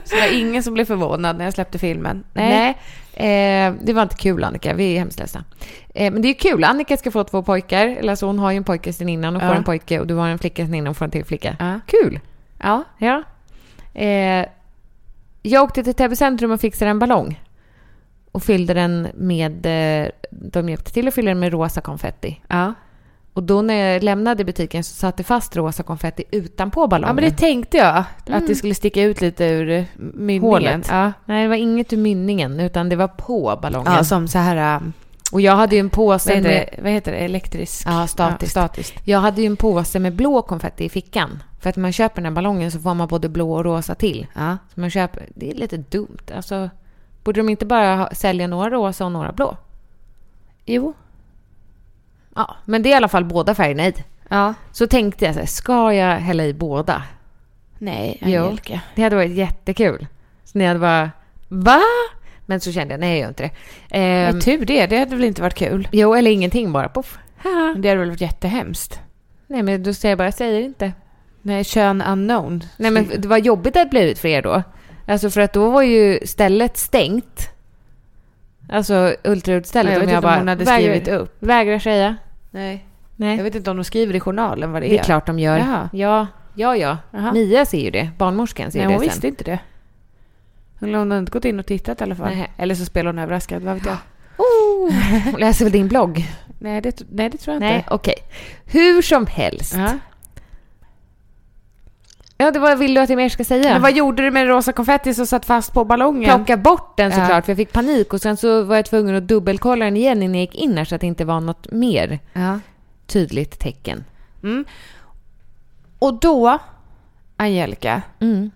så det var ingen som blev förvånad när jag släppte filmen. Nej. Eh, det var inte kul Annika, vi är hemskt ledsna. Eh, men det är kul, Annika ska få två pojkar. Eller alltså hon har ju en pojke sen innan och Ja. får en pojke och du har en flicka sen innan och får en till flicka. Ja. Kul! Ja. Ja. Eh, jag åkte till Täby centrum och fixade en ballong. Och fyllde den med, eh, de hjälpte till att fylla den med rosa konfetti. Ja. Och då när jag lämnade butiken så satt det fast rosa konfetti utanpå ballongen. ja, men det tänkte jag. Mm. Att det skulle sticka ut lite ur mynningen. Hålet. Ja. Nej, det var inget ur mynningen utan det var på ballongen. ja, som så här... ähm, Och jag hade ju en påse... Vad heter, Med, det, vad heter det? Elektrisk? ja, statiskt. Ja, statiskt. Jag hade ju en påse med blå konfetti i fickan. För att när man köper den här ballongen så får man både blå och rosa till. Ja. Så man köper... Det är lite dumt. Alltså, borde de inte bara ha, sälja några rosa och några blå? Jo. Ja, men det är i alla fall båda färgerna i. Ja. Så tänkte jag så här, ska jag hälla i båda? Nej, Jo. Angelica. Det hade varit jättekul. Så ni hade bara, va? Men så kände jag, nej jag gör inte det. Ehm, Nej, tur det. Det hade väl inte varit kul? jo, eller ingenting bara, poff. Haha. Men Det hade väl varit jättehemskt. Nej men då säger jag bara, jag säger inte. Nej, kön unknown. Nej men det var jobbigt att bli ut för er då. Alltså för att då var ju stället stängt. Alltså ultraljudstället. Ja, jag vet om jag inte om bara, hon hade vägrar- skrivit upp. Vägrar säga. Nej. Nej. Jag vet inte om de skriver i journalen vad det är. det är klart de gör. Jaha. Ja, ja, ja. Jaha. Mia ser ju det. Barnmorskan ser Nej, det hon sen. visste inte det. Hon har inte gått in och tittat i alla fall. Nej. Eller så spelar hon överraskad, vad vet jag. Oh, hon läser väl din blogg? Nej, det, nej, det tror jag Nej, inte. okej. Hur som helst. Ja. Ja, det var vill du att jag mer ska säga? Men vad gjorde du med rosa konfetti som satt fast på ballongen? Plocka bort den såklart, Ja. för jag fick panik. Och sen så var jag tvungen att dubbelkolla den igen innan jag gick in här så att det inte var något mer Ja. tydligt tecken. Och då, Angelica, Mm.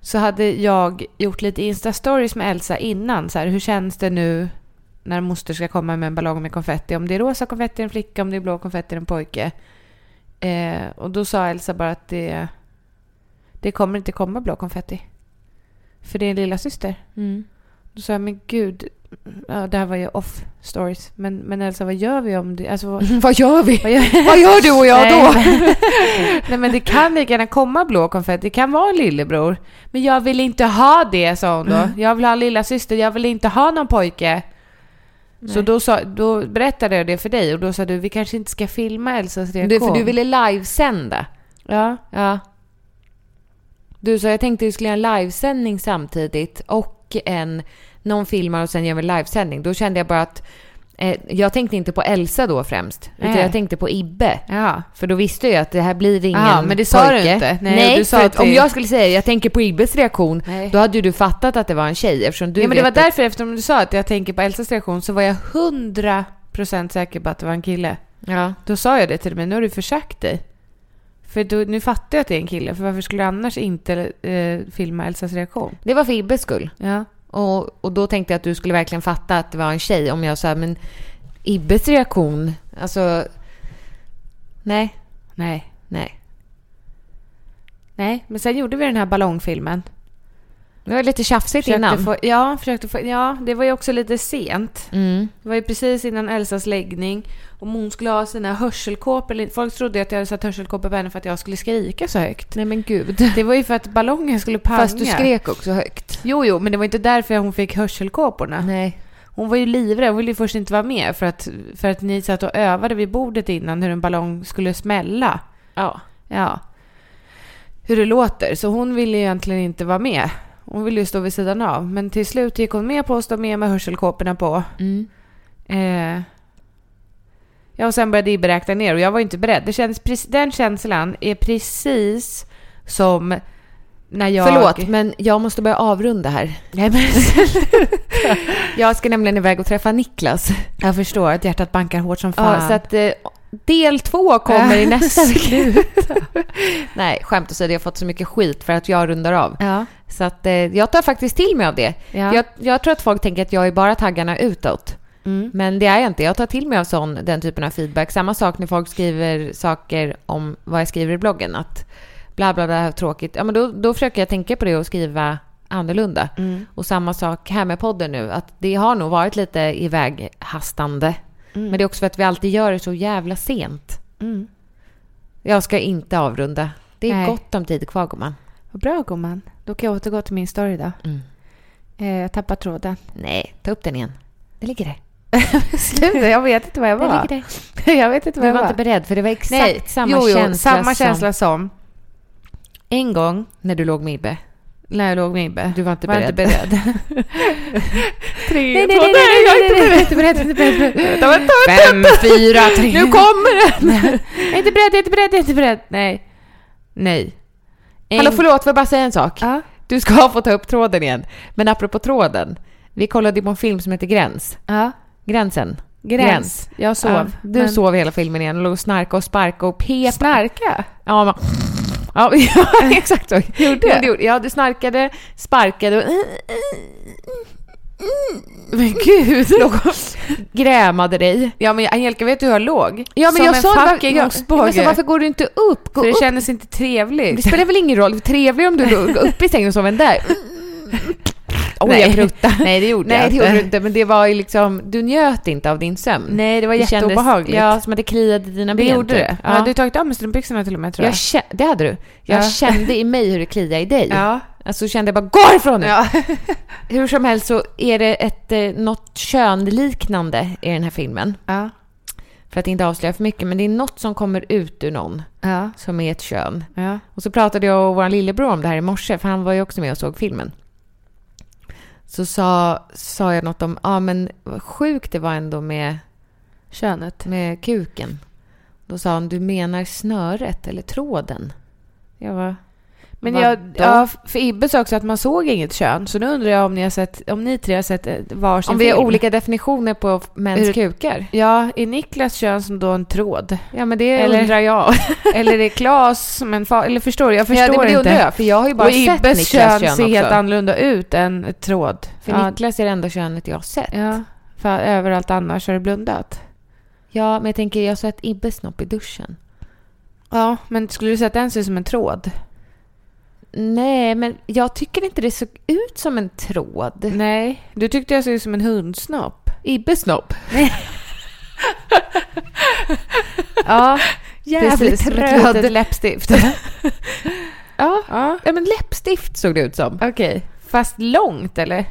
så hade jag gjort lite Insta-stories med Elsa innan. Så här, hur känns det nu när moster ska komma med en ballong med konfetti? Om det är rosa konfetti är en flicka, om det är blå konfetti är en pojke. Eh, och då sa Elsa bara att det, Mm. det kommer inte komma blå konfetti. För det är en lilla syster. Då sa jag, men gud, ja, det här var ju off stories. Men, men Elsa, vad gör vi om det... Alltså, vad, vad gör vi? Vad gör, vad gör du och jag då? Nej, men det kan lika gärna komma blå konfetti. Det kan vara en lillebror. Men jag vill inte ha det, sa hon Mm. då. Jag vill ha en lilla syster. Jag vill inte ha någon pojke. Nej. Så då, sa, då berättade jag det för dig och då sa du vi kanske inte ska filma Elsas reaktion. Du, för du ville livesända. Ja. ja. Du sa jag tänkte att vi skulle göra en livesändning samtidigt och en... Någon filmar och sen gör vi en livesändning. Då kände jag bara att... Eh, jag tänkte inte på Elsa då främst. Nej. Utan jag tänkte på Ibbe. Ja. För då visste jag att det här blir ingen Ja, men det sa pojke. du inte. Nej, Nej du för att om jag skulle säga jag tänker på Ibbes reaktion, Nej. då hade ju du fattat att det var en tjej eftersom du ja, men det vet var att- därför eftersom du sa att jag tänker på Elsas reaktion så var jag hundra procent säker på att det var en kille. Ja. Då sa jag det till dig, nu har du försagt dig. För då, nu fattar jag att det är en kille, för varför skulle jag annars inte eh, filma Elsas reaktion? Det var för Ibbes skull. Ja. Och, och då tänkte jag att du skulle verkligen fatta att det var en tjej om jag sa men Ibbes reaktion, alltså... Nej, Nej. nej. Nej, men sen gjorde vi den här ballongfilmen. Det var lite tjafsigt innan. Få, ja, försökte få, ja, det var ju också lite sent. Mm. Det var ju precis innan Elsas läggning. Om hon skulle ha sina hörselkåpor. Folk trodde ju att jag hade satt hörselkåpor på henne för att jag skulle skrika så högt. Nej men gud. Det var ju för att ballongen skulle panga. Fast du skrek också högt. Jo, jo, men det var inte därför hon fick hörselkåporna. Typ. Nej. Hon var ju livrädd. Hon ville ju först inte vara med för att, för att ni satt och övade vid bordet innan hur en ballong skulle smälla. Ja. Ja. Hur det låter. Så hon ville ju egentligen inte vara med. Hon ville ju stå vid sidan av. Men till slut gick hon med på att stå med med hörselkåporna på. Mm. Eh. Ja, och sen började Ibbe räkna ner och jag var ju inte beredd. Det kändes, prec- den känslan är precis som när jag... Förlåt, men jag måste börja avrunda här. Nej, men... Jag ska nämligen iväg och träffa Niklas. jag förstår att hjärtat bankar hårt som fan. Ja, så att eh, del två kommer i nästa vecka. Sluta. Nej, skämt åsido, jag har fått så mycket skit för att jag rundar av. ja. Så att, eh, jag tar faktiskt till mig av det. Ja. Jag, jag tror att folk tänker att jag är bara taggarna utåt. Mm. Men det är jag inte. Jag tar till mig av sån, den typen av feedback. Samma sak när folk skriver saker om vad jag skriver i bloggen. Att bla bla bla, här är tråkigt. Ja, men då, då försöker jag tänka på det och skriva annorlunda. Mm. Och samma sak här med podden nu. Att det har nog varit lite iväghastande. Men det är också för att vi alltid gör det så jävla sent. Mm. Jag ska inte avrunda. Det är Nej. gott om tid kvar gumman. Vad bra gumman. Då kan jag återgå till min story då. Mm. Eh, jag tappar tråden. Nej, ta upp den igen. Det ligger där. Sluta, jag vet inte vad jag Det var. ligger där. jag vet inte vad Du jag var var. inte beredd för det var exakt samma jo, jo, känsla samma som känsla som en gång när du låg med Ibbe. när jag låg med Ibbe. Du var inte Var beredd. inte beredd. Nej, nej, Tre, två, nej, nej, jag är nej, inte nej, beredd. inte beredd, inte beredd. Vänta, vänta, vänta. Fem, fyra, tre. Nu kommer den! jag är inte beredd, jag är inte beredd, jag är inte beredd. Nej. Nej. En- Hallå förlåt, får jag bara säga en sak? Ja. Du ska få ta upp tråden igen. Men apropå tråden. Vi kollade ju på en film som heter Gräns. Ja. Gränsen. Gräns. Jag sov. Ja, du men- sov hela filmen igen och låg och snarkade och sparkade och pep. Snarka? Ja, man... ja, ja exakt så. Gjorde jag? du? Gjorde. Ja, du snarkade, sparkade och... Men gud! Grämade dig. Ja men Angelica, vet du hur jag låg? Ja, men Som jag en sa det var- fucking jag- ostbåge. Men så varför går du inte upp? Gå För det upp. kändes inte Det trevligt. spelar väl ingen roll? Det är trevligare om du går går upp i sängen och sover än där. Oj, Nej. jag pruttade. Nej, det gjorde Nej, jag det gjorde inte. du inte. Men det var ju liksom, du njöt inte av din sömn. Nej, det var kändes- jätteobehagligt. ja, som att det kliade i dina det ben. gjorde typ. det. Ja. Ja. Du hade tagit av mig strumpbyxorna till och med tror jag jag. kä- det hade du. Jag Ja. kände i mig hur det kliade i dig. Ja. Alltså kände jag bara, gå härifrån nu! Ja. Hur som helst så är det ett, eh, något könliknande i den här filmen. ja. För att inte avslöja för mycket, men det är något som kommer ut ur någon Ja. som är ett kön. Ja. Och så pratade jag och vår lillebror om det här i morse, för han var ju också med och såg filmen. Så sa, sa jag något om, ja ah, men vad sjukt det var ändå med, Könet. med kuken. Då sa han, du menar snöret eller tråden? Jag var, Men Vad jag, då? ja, för Ibbe sa också att man såg inget kön, så nu undrar jag om ni, har sett, om ni tre har sett eh, varsin om vi har film. olika definitioner på mäns Hur- kukar? Ja, är Niklas kön som då en tråd? Ja men det Eller- undrar jag. Eller är Klas som en fa- Eller förstår du? Jag förstår ja, det, men det inte. undrar jag, för jag har ju bara Och sett Ibbes Niklas kön kön, ser också. helt annorlunda ut än ett tråd. För ja, Niklas är det enda könet jag har sett. ja, för överallt annars har du blundat. Ja, men jag tänker, jag har sett Ibbes snopp i duschen. Ja, men skulle du säga att den ser ut som en tråd? Nej, men jag tycker inte det såg ut som en tråd. Nej, du tyckte jag såg ut som en hundsnopp. Ibbesnopp. ja, jävligt röd. läppstift. ja. ja, men läppstift såg det ut som. Okej, okay. fast långt eller?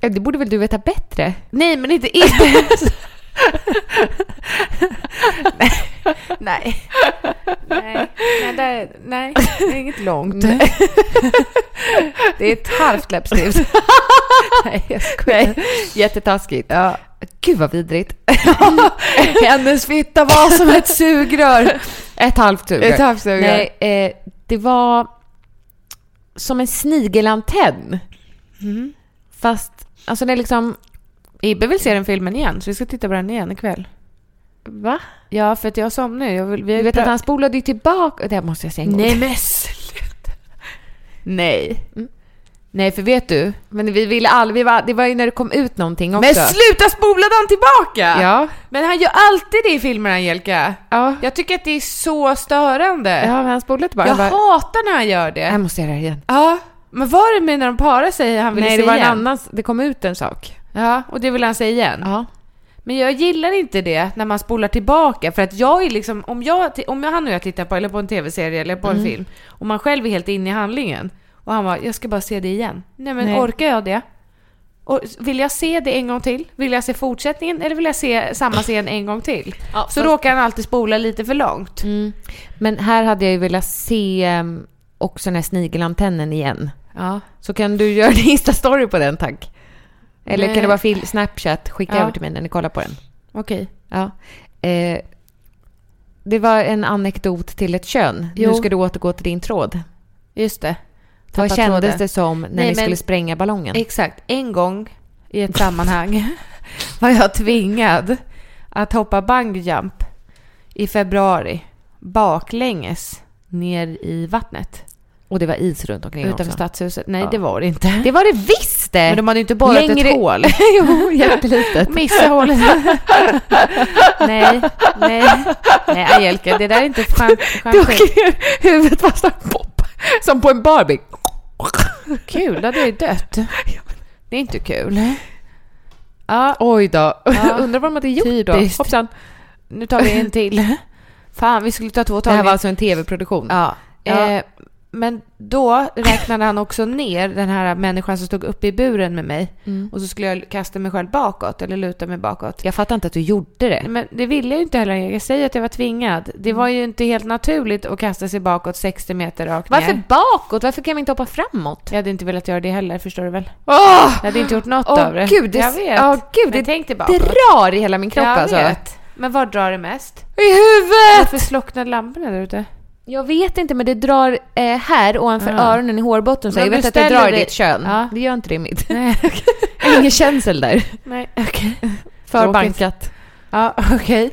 Ja, det borde väl du veta bättre? Nej, men inte inte. nej. Nej. Nej. Nej, där, nej, det är inget långt. Nej. Det är ett halvt läppstift. Nej, jag skojar. Jättetaskigt. Ja. Gud vad vidrigt. Hennes fitta var som ett sugrör. Ett halvt sugrör. Ett halvt sugrör. Nej, eh, det var som en snigelantenn. Mm. Fast, alltså det är liksom... Ibbe vill se den filmen igen, så vi ska titta på den igen ikväll. Va? Ja, för att jag somnade jag vill, vi Du vet att han spolade ju tillbaka... Det här måste jag säga en gång. Nej men sluta! Nej. Mm. Nej, för vet du? Men vi ville all, vi var, det var ju när det kom ut någonting också. Men sluta spolade han tillbaka! Ja. Men han gör alltid det i filmer Angelica. Ja. Jag tycker att det är så störande. Ja, men han spolade tillbaka. jag Bara, hatar när han gör det. Jag måste göra det här igen. Ja. Men var det med när de parade sig han ville Nej, se det var en igen? annan... Det kom ut en sak. Ja, och det vill han säga igen. Ja. Men jag gillar inte det när man spolar tillbaka för att jag är liksom, om jag, om jag han och jag tittar på, eller på en tv-serie eller på en Mm. film och man själv är helt inne i handlingen och han bara, jag ska bara se det igen. Nej men Nej. orkar jag det? Och vill jag se det en gång till? Vill jag se fortsättningen eller vill jag se samma scen en gång till? Ja, så fast- råkar han alltid spola lite för långt. Men här hade jag ju velat se ehm, också den här snigelantennen igen. Ja. Så kan du göra en Insta-story på den, tack. Eller Nej. kan det vara fil- Snapchat? Skicka Ja. över till mig när ni kollar på den. Okej. Ja. Eh, det var en anekdot till ett kön. Jo. Nu ska du återgå till din tråd. Just det. Vad Tappa kändes tråden. det som när Nej, ni men- skulle spränga ballongen? Exakt. En gång i ett sammanhang var jag tvingad att hoppa bungyjump i februari baklänges ner i vattnet Och det var is runt omkring utanför också. stadshuset. Nej, Ja. det var det inte. Det var det visst det! Men de hade ju inte borrat Längre- ett hål. jo, jättelitet. Missa hålet. nej, nej, nej Angelica, det där är inte champ- Då champagne. åker huvudet fast pop, som på en Barbie. Kul, då hade jag ju dött. Det är inte kul. Ja, Oj då. Ja. Undrar vad de hade gjort Typiskt. då? Hoppsan. nu tar vi en till. Fan, vi skulle ta två Det här tagningar. var alltså en tv-produktion. Ja. Ja. Eh, men då räknade han också ner den här människan som stod uppe i buren med mig. Mm. Och så skulle jag kasta mig själv bakåt, eller luta mig bakåt. Jag fattar inte att du gjorde det. Men det ville jag ju inte heller. Jag säger att jag var tvingad. Det var ju inte helt naturligt att kasta sig bakåt 60 meter rakt Varför ner. bakåt? Varför kan vi inte hoppa framåt? Jag hade inte velat göra det heller, förstår du väl? Åh! Jag hade inte gjort något Åh, av det. Gud, det- jag vet. åh, Gud, men det- tänk dig bakåt. drar i hela min kropp jag alltså. vet. Men var drar det mest? I huvudet! Varför slocknade lamporna där ute? Jag vet inte, men det drar eh, här ovanför Ja. öronen i hårbotten. Så Men jag du vet att det ställer drar i dig- ditt kön. Ja. Det gör inte det i mitt. Nej, Ingen känsel där. Nej, okej. Förbankat. Ja, okej.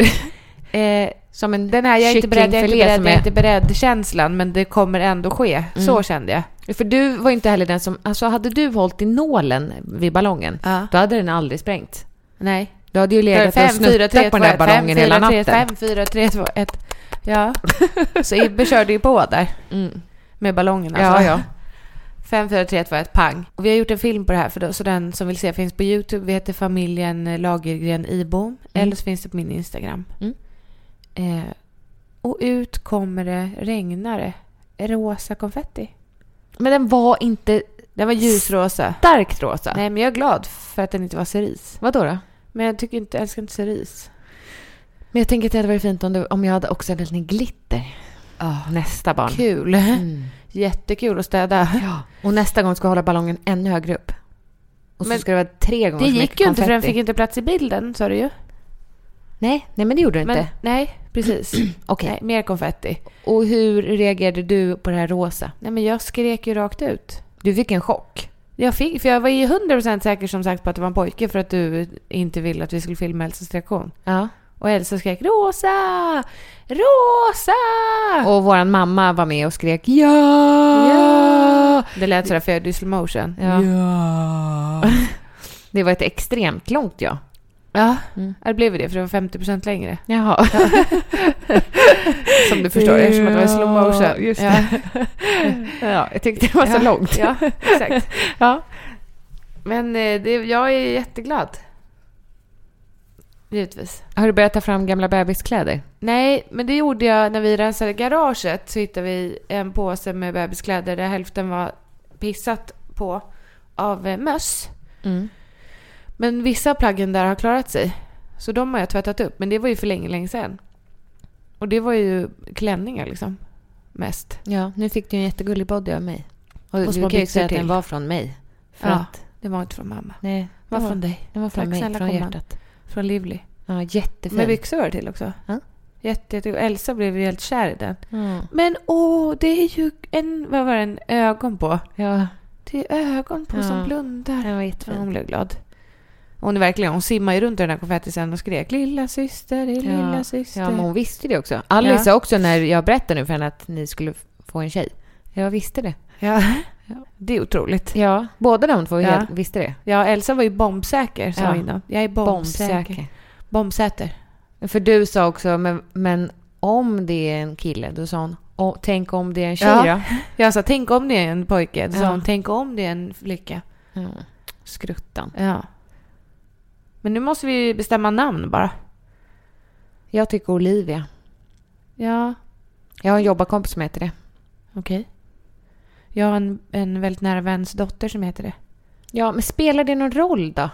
Eh, Som en Den här jag är inte beredd, jag är inte kycklingfilé beredd, som jag är... Mm. är inte beredd-känslan, men det kommer ändå ske. Så kände jag. För du var ju inte heller den som... Alltså hade du hållit i nålen vid ballongen, Ja. då hade den aldrig sprängt. Nej. Du hade ju legat och snuttat på den där ballongen hela natten. 5, 4, 3, 2, 1. Ja. Så Ibbe körde ju på där. Mm. Med ballongen Ja, ja. 5, 4, 3, 2, 1, pang. Och vi har gjort en film på det här, för då, så den som vill se finns på YouTube. Vi heter familjen Lagergren Ibom. Eller så finns det på min Instagram. Mm. Eh, och ut kommer det regnare. Rosa konfetti. Men den var inte Den var ljusrosa. starkt rosa. Nej, men jag är glad för att den inte var cerise. Vadå då? Men jag tycker inte, jag älskar inte cerise. Men jag tänker att det hade varit fint om, du, om jag hade också hade en glitter. nästa barn. Kul. Mm. Jättekul att städa. Ja. Och nästa gång ska jag hålla ballongen ännu högre upp. Och så Men ska det vara tre gånger Det så gick mycket ju inte för den konfetti. fick inte plats i bilden, sa du ju. Nej, nej men det gjorde det Men, inte. nej, precis. Okej. Nej, mer konfetti. Och hur reagerade du på det här rosa? Nej, men jag skrek ju rakt ut. Du fick en chock. Jag fick, för jag var ju 100% säker som sagt på att det var en pojke för att du inte ville att vi skulle filma Elsas reaktion. Ja. Och Elsa skrek rosa! Rosa! Och våran mamma var med och skrek ja! ja! Det lät sådär för jag gjorde ju slow motion. Ja. Det var ett extremt långt ja. Ja, mm. det blev det för det var 50 längre. Jaha. Ja. Som du förstår, eftersom att det var i slow motion. Just ja. ja, jag tyckte det var så ja. långt. Ja, exakt. ja. Men eh, det, jag är jätteglad. Givetvis. Har du börjat ta fram gamla bebiskläder? Nej, men det gjorde jag när vi rensade garaget. Så hittade vi en påse med bebiskläder där hälften var pissat på av eh, möss. Mm. Men vissa plaggen där har klarat sig. Så de har jag tvättat upp. Men det var ju för länge, länge sedan. Och det var ju klänningar liksom. Mest. Ja, nu fick du en jättegullig body av mig. Och, och små du kan ju säga till. att den var från mig. För ja, att, det var inte från mamma. nej, Det var från dig. Den var från Tack mig, snälla från gumman. hjärtat. Från Livly. Ja, jättefin. Med byxor var det till också. Ja. Jätte, jätte, Elsa blev ju helt kär i den. Mm. Men åh, det är ju en, vad var den, ögon på. Ja, Det är ögon på Ja. som blundar. den var Ja, hon jättefin. blev glad. Hon är verkligen, hon simmar ju runt i den här konfettisen och skrek lilla syster, det är lilla Ja, syster. ja, men hon visste det också. Alice Ja. sa också när jag berättade nu för henne att ni skulle få en tjej. Jag visste det. ja. Det är otroligt. Ja. Båda de två Ja. helt, visste det. Ja, Elsa var ju bombsäker sa Ja. hon innan. Jag är bombsäker. Bombsäker. För du sa också, men, men om det är en kille, då sa hon, "Å, tänk om det är en tjej Ja. ja. Jag sa tänk om det är en pojke. Då sa Ja. hon tänk om det är en flicka. då? Mm. Skruttan. Ja. Men nu måste vi ju bestämma namn bara. Jag tycker Olivia. Ja, Jag har en jobbarkompis som heter det. okej. Jag har en, en väldigt nära väns dotter som heter det. Ja, men spelar det någon roll då?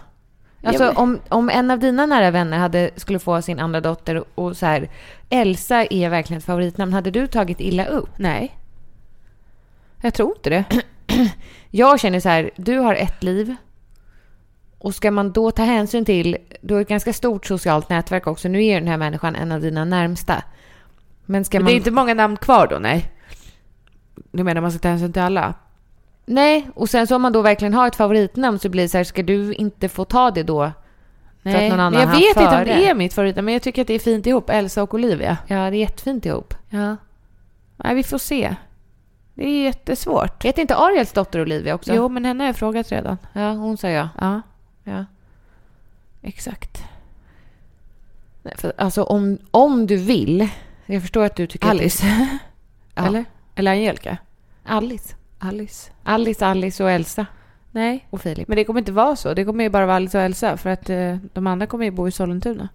Alltså Ja, men- om, om en av dina nära vänner hade, skulle få sin andra dotter och så här, Elsa är verkligen ett favoritnamn, hade du tagit illa upp? Nej. Jag tror inte det. Jag känner så här, du har ett liv. Och ska man då ta hänsyn till, du har ett ganska stort socialt nätverk också. Nu är den här människan en av dina närmsta. Men ska Men man... det är inte många namn kvar då, nej. Du menar man ska ta hänsyn till alla? Nej, och sen så om man då verkligen har ett favoritnamn så blir det så här, ska du inte få ta det då? För att någon annan men jag har vet inte om före. det är mitt favorit, men jag tycker att det är fint ihop, Elsa och Olivia. Ja, det är jättefint ihop. Ja. Nej, vi får se. Det är jättesvårt. Heter inte Ariels dotter Olivia också? Jo, men henne har jag frågat redan. Ja, hon sa ja. Ja, ja. exakt. Nej, för, alltså om, om du vill. Jag förstår att du tycker att... Alice. Ja. Eller? Eller Angelica? Alice. Alice. Alice, Alice och Elsa. Nej. Och Filip. Men det kommer inte vara så. Det kommer ju bara vara Alice och Elsa för att eh, de andra kommer ju bo i Sollentuna.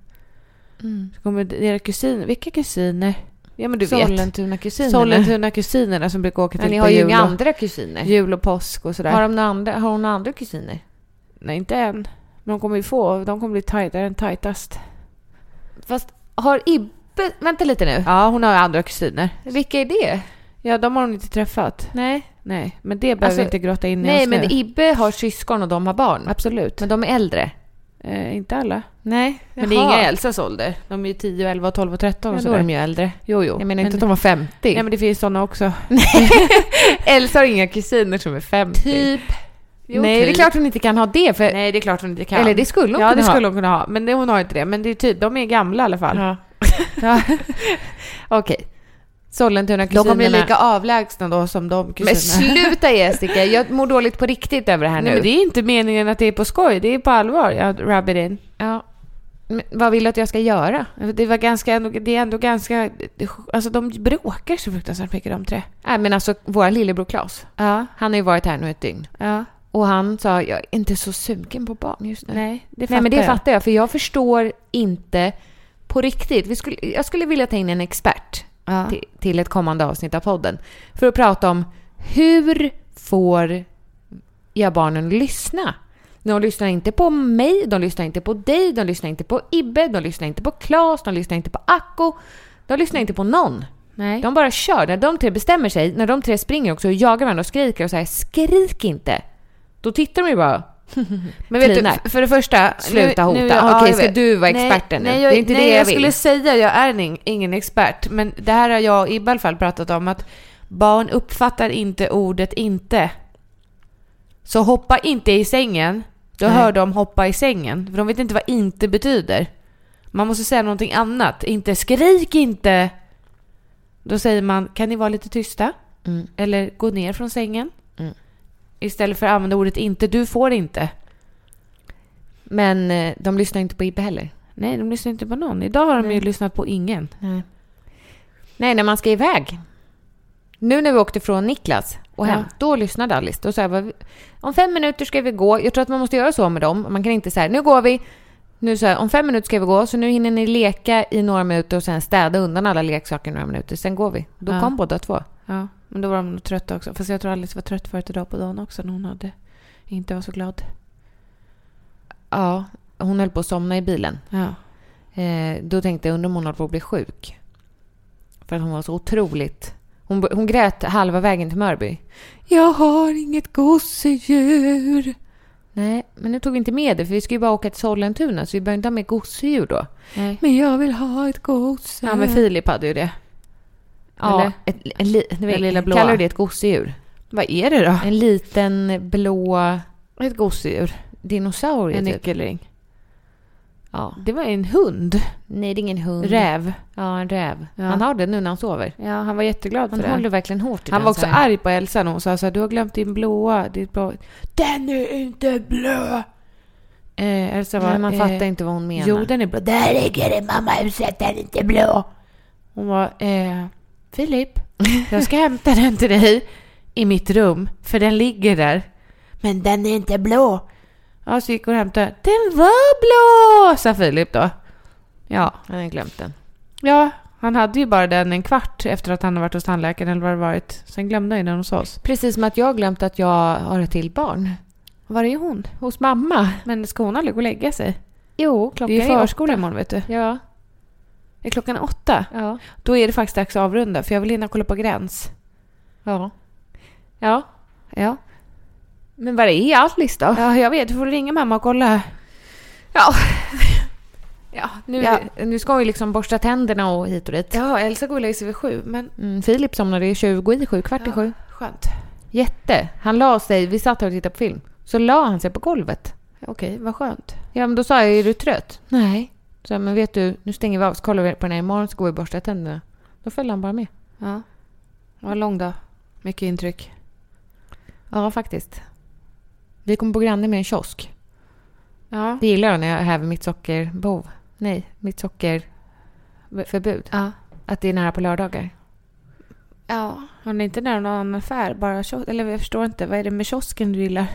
Mm. Så kommer era kusiner... Vilka kusiner? Ja, men du vet. Sollentuna-kusinerna. Sollentuna-kusinerna som brukar åka Men till ni på har ju jul inga och- andra kusiner. Jul och påsk och sådär. Har, de några andra, har hon några andra kusiner? Nej, inte än. Men de kommer ju få. De kommer bli tajtare än tajtast. Fast har Ibbe... Vänta lite nu. Ja, hon har ju andra kusiner. Vilka är det? Ja, de har hon inte träffat. Nej. Nej, men det behöver vi Alltså, inte grotta in i Nej, oss nu. men Ibbe har syskon och de har barn. Absolut. Men de är äldre. Eh, inte alla. Nej. Men det är inga Elsas ålder. De är ju 10, 11, 12 och 13 Ja, och då är de sådär. ju äldre. Jo, jo. Jag menar inte att de var 50. Nej, men det finns sådana också. Elsa har inga kusiner som är 50. Typ. Jo, Nej, det är typ. klart hon inte kan ha det. För, Nej, det är klart hon inte kan. Eller det skulle hon ja, kunna det ha. skulle hon kunna ha. Men det, hon har inte det. Men det är typ, de är gamla i alla fall. Ja. Ja. Okej. De kommer bli Sollentuna-kusinerna. lika avlägsna då som de Men kusinerna. sluta Jessica, jag mår dåligt på riktigt över det här Nej, nu. men det är inte meningen att det är på skoj. Det är på allvar jag rub it in. Ja. Men vad vill du att jag ska göra? Det, var ganska, det är ändå ganska... Alltså de bråkar så fruktansvärt mycket de tre. Nej, men alltså våra lillebror Klas, Ja. han har ju varit här nu ett dygn. ja. Och han sa, jag är inte så sugen på barn just nu. Nej, det fattar Nej, men det jag. fattar jag, för jag förstår inte på riktigt. Vi skulle, jag skulle vilja ta in en expert Ja. till, till ett kommande avsnitt av podden för att prata om hur får jag barnen att lyssna? De lyssnar inte på mig, de lyssnar inte på dig, de lyssnar inte på Ibbe, de lyssnar inte på Klas, de lyssnar inte på Akko. De lyssnar inte på någon. Nej. De bara kör. När de tre bestämmer sig, när de tre springer också och jagar varandra och skriker och säger skrik inte. Då tittar de ju bara men vet du, Klinar. f- för det första... Sluta hota. jag- Okej, jag ska vet. du vara experten nu? nej, Jag, Det är inte nej, det jag vill. skulle säga jag är ing- ingen expert. Men det här har jag och Ibbe i alla fall pratat om. Att barn uppfattar inte ordet inte. Så hoppa inte i sängen. Då Nej. hör de hoppa i sängen. För de vet inte vad inte betyder. Man måste säga någonting annat. Inte skrik inte. Då säger man kan ni vara lite tysta? Mm. Eller gå ner från sängen. Mm. Istället för att använda ordet inte. Du får inte. Men eh, de lyssnar inte på Ibbe heller. Nej, de lyssnar inte på någon. Idag har de Nej. ju lyssnat på ingen. Nej. Nej, när man ska iväg. Nu när vi åkte från Niklas och hem, Ja. då lyssnade Alice. Då sa jag bara, om fem minuter ska vi gå. Jag tror att man måste göra så med dem. Man kan inte säga, nu går vi. Nu så här, om fem minuter ska vi gå, så nu hinner ni leka i några minuter och sen städa undan alla leksaker i några minuter. Sen går vi. Då Ja. kom båda två. Ja, men då var de nog trötta också. Fast jag tror Alice var trött förut idag på dagen också när hon hade, inte var så glad. Ja, hon höll på att somna i bilen. Ja. Eh, då tänkte jag, undrar om hon håller på att bli sjuk. För att hon var så otroligt... Hon, hon grät halva vägen till Mörby. Jag har inget gosedjur. Nej, men nu tog vi inte med det för vi ska ju bara åka till Sollentuna så vi behöver inte ha med gosedjur då. Nej. Men jag vill ha ett gosedjur. Ja, men Filip hade ju det. Ja, Eller? ett, en li, du vet, lilla blåa. Kallar du det ett gosedjur? Vad är det då? En liten blå Ett gosedjur. dinosaurie En typ. nyckelring. Ja. Det var en hund. Nej, det är ingen hund. Räv. Ja, en räv. Ja. Han har det nu när han sover. Ja, han var jätteglad Han för det. håller verkligen hårt i Han den var så också här. arg på Elsa när hon sa så här, du har glömt din blåa, ditt blå. Den är inte blå! Eh, Elsa var, Nej, man eh, fattar inte vad hon menar. Jo, den är blå. Där ligger det mamma huset, den är inte blå. Hon var, eh, Filip, jag ska hämta den till dig i mitt rum, för den ligger där. Men den är inte blå. Ja, så gick hon och hämtade den. Den var blå, sa Filip då. Ja, Han har glömt den. Ja, han hade ju bara den en kvart efter att han hade varit hos tandläkaren eller vad det varit. Sen glömde han ju den hos oss. Precis som att jag har glömt att jag har ett till barn. Var är hon? Hos mamma. Men ska hon aldrig gå och lägga sig? Jo, klockan det är ju förskola åtta. imorgon vet du. Ja, Är klockan åtta? ja, Då är det faktiskt dags att avrunda för jag vill hinna kolla på Gräns. ja. Ja, Ja. men var är Alice då? Ja, jag vet. Du får ringa mamma och kolla. Ja. ja, nu, Ja. nu ska hon ju liksom borsta tänderna och hit och dit. Ja, Elsa går och lägger sig vid sju, men... Mm, Filip somnade i 20 i sju, kvart i sju. Skönt. Jätte. Han la sig, vi satt här och tittade på film. Så la han sig på golvet. Okej, vad skönt. Ja, men då sa jag, är du trött? Nej. Så jag, men vet du, nu stänger vi av, så kollar vi på den här imorgon så går vi och borstar tänderna. Då följde han bara med. Ja. Vad lång dag. Mycket intryck. Ja, faktiskt. Vi kom på granne med en kiosk. Ja. Det gillar jag när jag häver mitt sockerbehov. Nej, mitt sockerförbud. Ja. Att det är nära på lördagar. Ja. Har ni inte nära någon annan affär? Bara kiosk? Eller jag förstår inte. Vad är det med kiosken du gillar?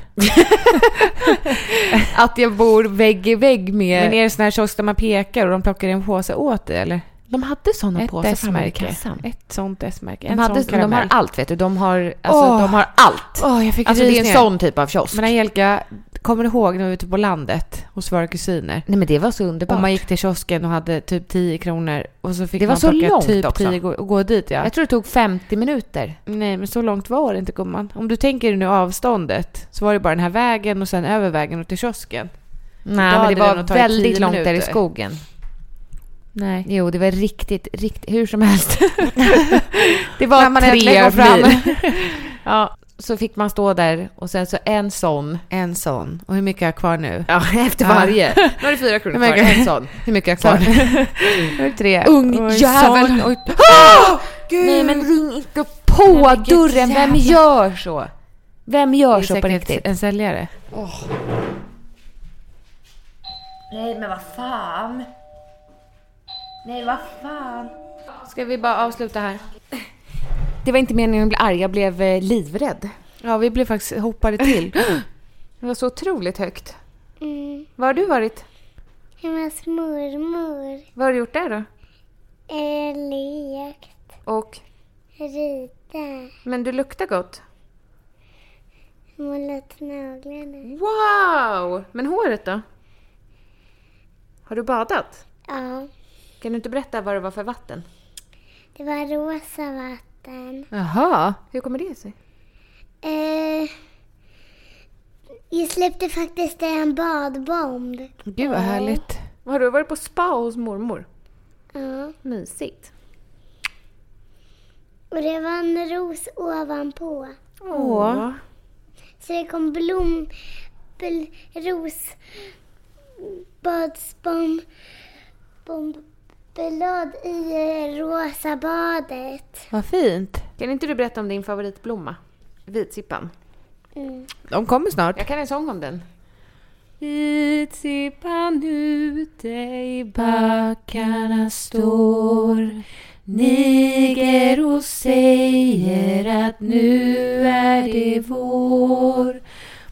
Att jag bor vägg i vägg med... Men är det sån här kiosk där man pekar och de plockar en påse åt dig eller? de hade såna Ett påsar framme i S-märke. kassan. Ett sånt S-märke. De, En hade, sån karamell. de har allt, vet du. De har, alltså, Åh. de har allt. Åh, jag fick Alltså, det är en rysningar. sån typ av kiosk. Men Angelica, kommer du ihåg när vi var ute på landet hos våra kusiner? Nej, men det var så underbart. Och man gick till kiosken och hade typ 10 kronor och så fick Det var man så plocka långt typ också. 10 go- och gå dit ja. Jag tror det tog 50 minuter. Nej men så långt var det inte gumman. Om du tänker nu avståndet så var det bara den här vägen och sen över vägen och till kiosken. Nej, men hade det det var nog tagit väldigt 10 långt där i minuter. skogen. Nej. Jo, det var riktigt, riktigt, hur som helst. det var När man tre äntligen kom fram. mil. ja, så fick man stå där och sen så en sån. En sån. Och hur mycket har jag kvar nu? Ja, efter Ja. varje. Nu är det fyra kronor Men kvar. gud. En sån. Hur mycket har jag kvar? Nu är det tre. Ung Och en jävel! sån. Oj. Ah! Nej men Gud. ring inte på vilket dörren! Vem jävla- gör så? Vem Det gör är så på säkert riktigt? en säljare. Nej men vad fan! Nej vad fan! Ska vi bara avsluta här? Det var inte meningen att bli arg, jag blev eh, livrädd. Ja, vi blev faktiskt hoppade till. Det var så otroligt högt. Var har du varit? Mm. Hemma hos mormor. Vad har du gjort där då? Eh, lekt, Och? rita, Men du luktar gott. målat naglarna. Wow! Men håret då? Har du badat? Ja, Kan du inte berätta vad det var för vatten? det var rosa vatten. Jaha. Hur kommer det sig? Eh, jag släppte faktiskt en badbomb. Gud vad härligt. Har du varit på spa hos mormor? Ja, Mysigt. och det var en ros ovanpå. Åh. Så det kom blom, bl, ros, badsbomb, bombblad i eh, rosa badet. Vad fint. Kan inte du berätta om din favoritblomma? Vitsippan. Mm. De kommer snart. Jag kan en sång om den. Hit Sippan ute i backarna står Niger och säger att nu är det vår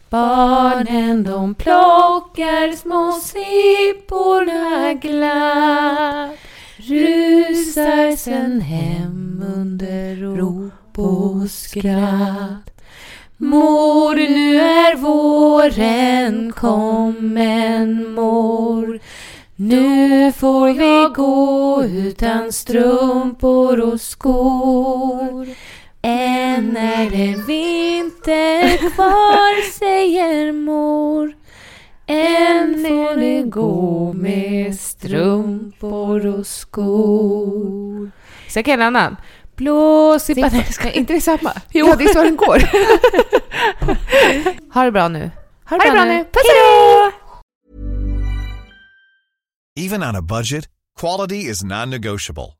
Barnen de plockar små sipporna glatt Rusar sen hem under rop och skratt Mor, nu är våren, kommen mor. Nu får vi gå utan strumpor och skor. Än är det vinter kvar, säger mor. Än får vi gå med strumpor och skor. Sen kan jag en annan. Blå sippa... Sippa. Är inte det samma? Jo. Ja, det är så den går. ha det bra nu. Ha det bra, nu. Puss hej Even on a budget, quality is non-negotiable.